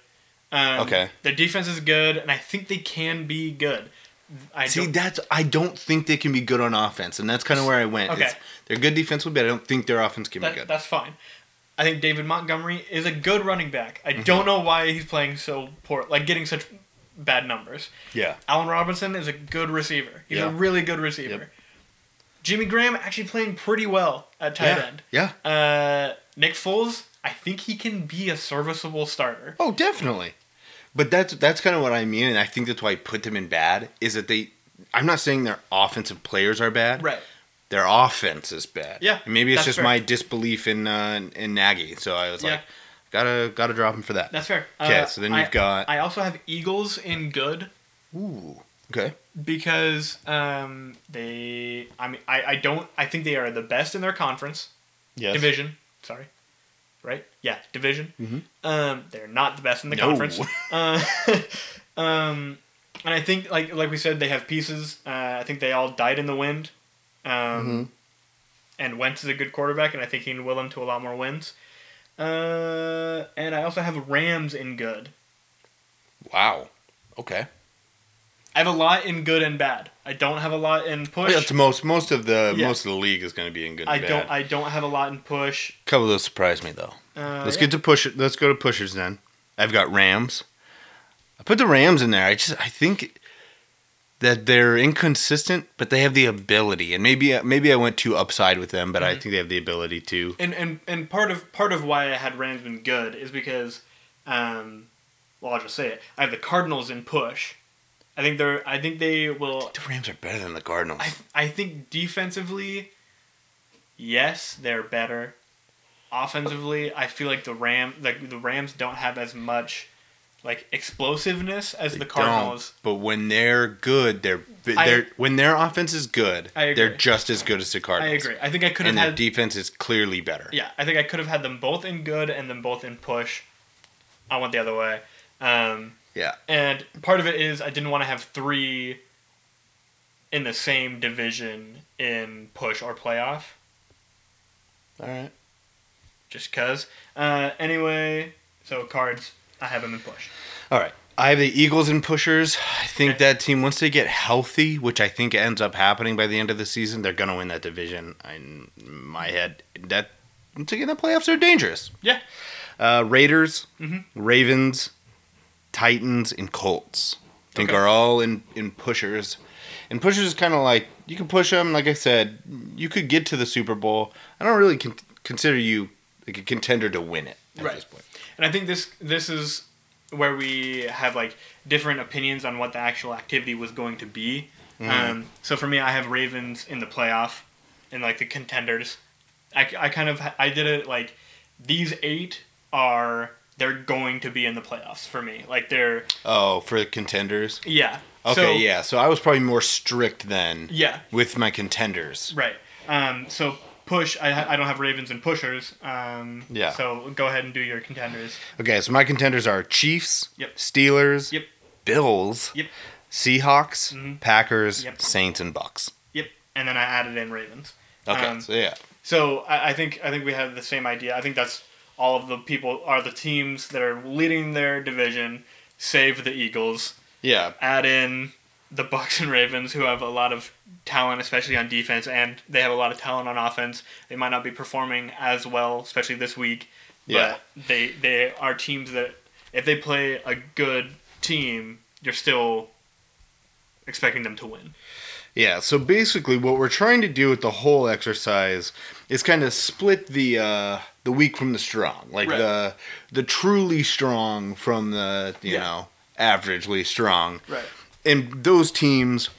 Speaker 6: Um,
Speaker 4: Okay.
Speaker 6: Their defense is good, and I think they can be good. I
Speaker 4: See,
Speaker 6: don't-
Speaker 4: that's I don't think they can be good on offense, and that's kind of where I went.
Speaker 6: Okay.
Speaker 4: It's, they're good defensively, but I don't think their offense can
Speaker 6: that-
Speaker 4: be good.
Speaker 6: that's fine. I think David Montgomery is a good running back. I
Speaker 4: Mm-hmm.
Speaker 6: don't know why he's playing so poor, like getting such bad numbers.
Speaker 4: Yeah.
Speaker 6: Allen Robinson is a good receiver. He's
Speaker 4: Yeah.
Speaker 6: a really good receiver.
Speaker 4: Yep.
Speaker 6: Jimmy Graham actually playing pretty well at tight
Speaker 4: Yeah.
Speaker 6: end.
Speaker 4: Yeah.
Speaker 6: Uh, Nick Foles, I think he can be a serviceable starter.
Speaker 4: Oh, definitely. But that's that's kind of what I mean, and I think that's why I put them in bad. Is that they? I'm not saying their offensive players are bad.
Speaker 6: Right.
Speaker 4: Their offense is bad.
Speaker 6: Yeah,
Speaker 4: And maybe it's
Speaker 6: that's
Speaker 4: just
Speaker 6: fair.
Speaker 4: my disbelief in uh, in Nagy. So I was
Speaker 6: Yeah.
Speaker 4: like, gotta gotta drop him for that.
Speaker 6: That's fair.
Speaker 4: Okay,
Speaker 6: Uh,
Speaker 4: so then
Speaker 6: I-
Speaker 4: you've got-
Speaker 6: I also have Eagles in good
Speaker 4: Ooh. Okay.
Speaker 6: because um, they. I mean, I, I don't. I think they are the best in their conference
Speaker 4: Yes. Mm-hmm.
Speaker 6: division. Sorry, right? Yeah, division. Um, they're not the best in the
Speaker 4: No.
Speaker 6: conference. Uh, um, and I think, like like we said, they have pieces. Uh, I think they all died in the wind. Um,
Speaker 4: Mm-hmm.
Speaker 6: And Wentz is a good quarterback, and I think he can will them to a lot more wins. Uh, and I also have Rams in good.
Speaker 4: Wow. Okay.
Speaker 6: I have a lot in good and bad. I don't have a lot in push.
Speaker 4: Yeah, it's most most of the
Speaker 6: Yeah.
Speaker 4: most of the league is going to be in good.
Speaker 6: I
Speaker 4: And
Speaker 6: don't.
Speaker 4: bad.
Speaker 6: I don't have a lot in push.
Speaker 4: couple of those surprised me though.
Speaker 6: Uh,
Speaker 4: let's get to push. Let's go to pushers then. I've got Rams. I put the Rams in there. I just I think that they're inconsistent, but they have the ability, and maybe maybe I went too upside with them,
Speaker 6: Mm-hmm.
Speaker 4: but I think they have the ability to.
Speaker 6: and and and part of part of why I had Rams been good is because, um, well, I'll just say it. I have the Cardinals in push. I think they're. I think they will.
Speaker 4: The Rams are better than the Cardinals.
Speaker 6: I I think defensively, yes, they're better. Offensively, I feel like the Ram like the Rams don't have as much like explosiveness as the
Speaker 4: Don't.
Speaker 6: Cardinals.
Speaker 4: but when they're good, they're
Speaker 6: I-
Speaker 4: they're when their offense is good,
Speaker 6: I agree.
Speaker 4: they're just as good as the
Speaker 6: I
Speaker 4: Cardinals.
Speaker 6: agree. I think I could have
Speaker 4: And their
Speaker 6: had
Speaker 4: defense is clearly better.
Speaker 6: Yeah, I think I could have had them both in good and them both in push. I went the other way. Um,
Speaker 4: Yeah.
Speaker 6: and part of it is I didn't want to have three in the same division in push or playoff,
Speaker 4: All right.
Speaker 6: just because. Uh, anyway, so cards, I have them in push.
Speaker 4: All right. I have the Eagles and pushers. I think
Speaker 6: Okay.
Speaker 4: that team, once they get healthy, which I think ends up happening by the end of the season, they're going to win that division. I- In my head, that once again, the playoffs are dangerous.
Speaker 6: Yeah. Mm-hmm.
Speaker 4: Uh, Raiders, Ravens, Titans, and Colts. I think
Speaker 6: Okay.
Speaker 4: are all in, in pushers. And pushers is kind of like you can push them. Like I said, you could get to the Super Bowl. I don't really con- consider you like a contender to win it at
Speaker 6: Right.
Speaker 4: this point.
Speaker 6: And I think this this is where we have like different opinions on what the actual activity was going to be. Um, so for me, I have Ravens in the playoff, and like the contenders. I, I kind of I did it like these eight are they're going to be in the playoffs for me. Like they're
Speaker 4: Oh, for contenders.
Speaker 6: yeah.
Speaker 4: Okay,
Speaker 6: So-
Speaker 4: yeah. So I was probably more strict then.
Speaker 6: Yeah.
Speaker 4: With my contenders.
Speaker 6: Right. Um, so push. I, I don't have Ravens and pushers. Um,
Speaker 4: Yeah.
Speaker 6: So go ahead and do your contenders.
Speaker 4: Okay, so my contenders are Chiefs,
Speaker 6: Yep.
Speaker 4: Steelers,
Speaker 6: Yep.
Speaker 4: Bills,
Speaker 6: Yep. Mm-hmm.
Speaker 4: Seahawks, Packers,
Speaker 6: Yep.
Speaker 4: Saints, and Bucks.
Speaker 6: Yep. And then I added in Ravens.
Speaker 4: Okay,
Speaker 6: Um,
Speaker 4: so yeah.
Speaker 6: So I, I think I think we have the same idea. I think that's all of the people are the teams that are leading their division, save the Eagles.
Speaker 4: Yeah.
Speaker 6: Add in the Bucks and Ravens, who have a lot of talent, especially on defense, and they have a lot of talent on offense. They might not be performing as well, especially this week.
Speaker 4: Yeah.
Speaker 6: But they they are teams that if they play a good team, you're still expecting them to win.
Speaker 4: Yeah, so basically what we're trying to do with the whole exercise is kind of split the uh the weak from the strong. Like
Speaker 6: Right.
Speaker 4: the the truly strong from the, you
Speaker 6: Yeah.
Speaker 4: know, averagely strong.
Speaker 6: Right.
Speaker 4: And those teams,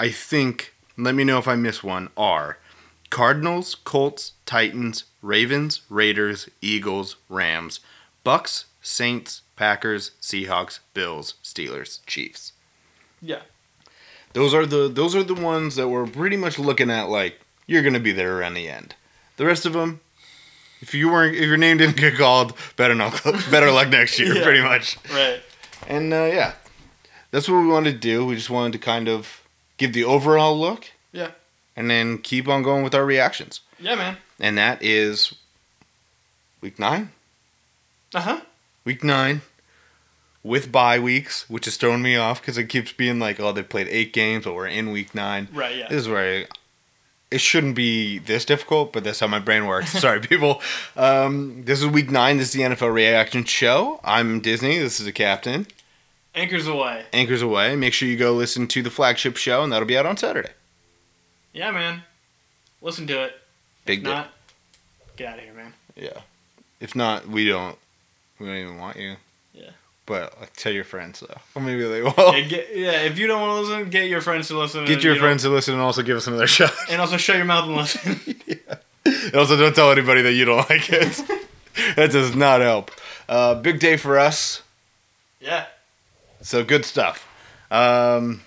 Speaker 4: I think, let me know if I miss one, are Cardinals, Colts, Titans, Ravens, Raiders, Eagles, Rams, Bucks, Saints, Packers, Seahawks, Bills, Steelers, Chiefs.
Speaker 6: Yeah.
Speaker 4: Those are the those are the ones that we're pretty much looking at like you're gonna be there around the end. The rest of them, if you weren't if your name didn't get called, better not better luck next year,
Speaker 6: Yeah.
Speaker 4: pretty much.
Speaker 6: Right.
Speaker 4: And uh, yeah, that's what we wanted to do. We just wanted to kind of give the overall look,
Speaker 6: Yeah.
Speaker 4: and then keep on going with our reactions.
Speaker 6: Yeah, man.
Speaker 4: And that is week nine,
Speaker 6: Uh huh.
Speaker 4: week nine, with bye weeks, which is throwing me off because it keeps being like, oh, they played eight games, but we're in week nine.
Speaker 6: Right. Yeah.
Speaker 4: This is where I- it shouldn't be this difficult, but that's how my brain works. Sorry, people. Um, this is week nine. This is the NFL reaction show. I'm Disney. This is the captain.
Speaker 6: Anchors away.
Speaker 4: Anchors away. Make sure you go listen to the flagship show, and that'll be out on Saturday.
Speaker 6: Yeah, man. Listen to it.
Speaker 4: Big deal.
Speaker 6: Not. Get out of here, man.
Speaker 4: Yeah. If not, we don't. We don't even want you.
Speaker 6: Yeah.
Speaker 4: But like, tell your friends though. Or maybe they will.
Speaker 6: Yeah, get- yeah, if you don't want to listen, get your friends to listen.
Speaker 4: Oh. Get
Speaker 6: and
Speaker 4: your
Speaker 6: you don't-
Speaker 4: friends to listen and also give us another shot.
Speaker 6: And also shut your mouth and listen.
Speaker 4: And also, don't tell anybody that you don't like it. that does not help. Uh, big day for us.
Speaker 6: yeah.
Speaker 4: So good stuff. Um,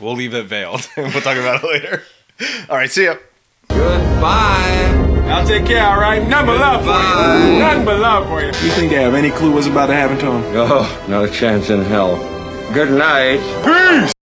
Speaker 4: we'll leave it veiled. we'll talk about it later. All right, see ya.
Speaker 7: Goodbye.
Speaker 1: I'll take care, all right? None but love for you. None but love for you.
Speaker 8: You think they have any clue what's about to happen to them?
Speaker 7: Oh, no chance in hell. Good night.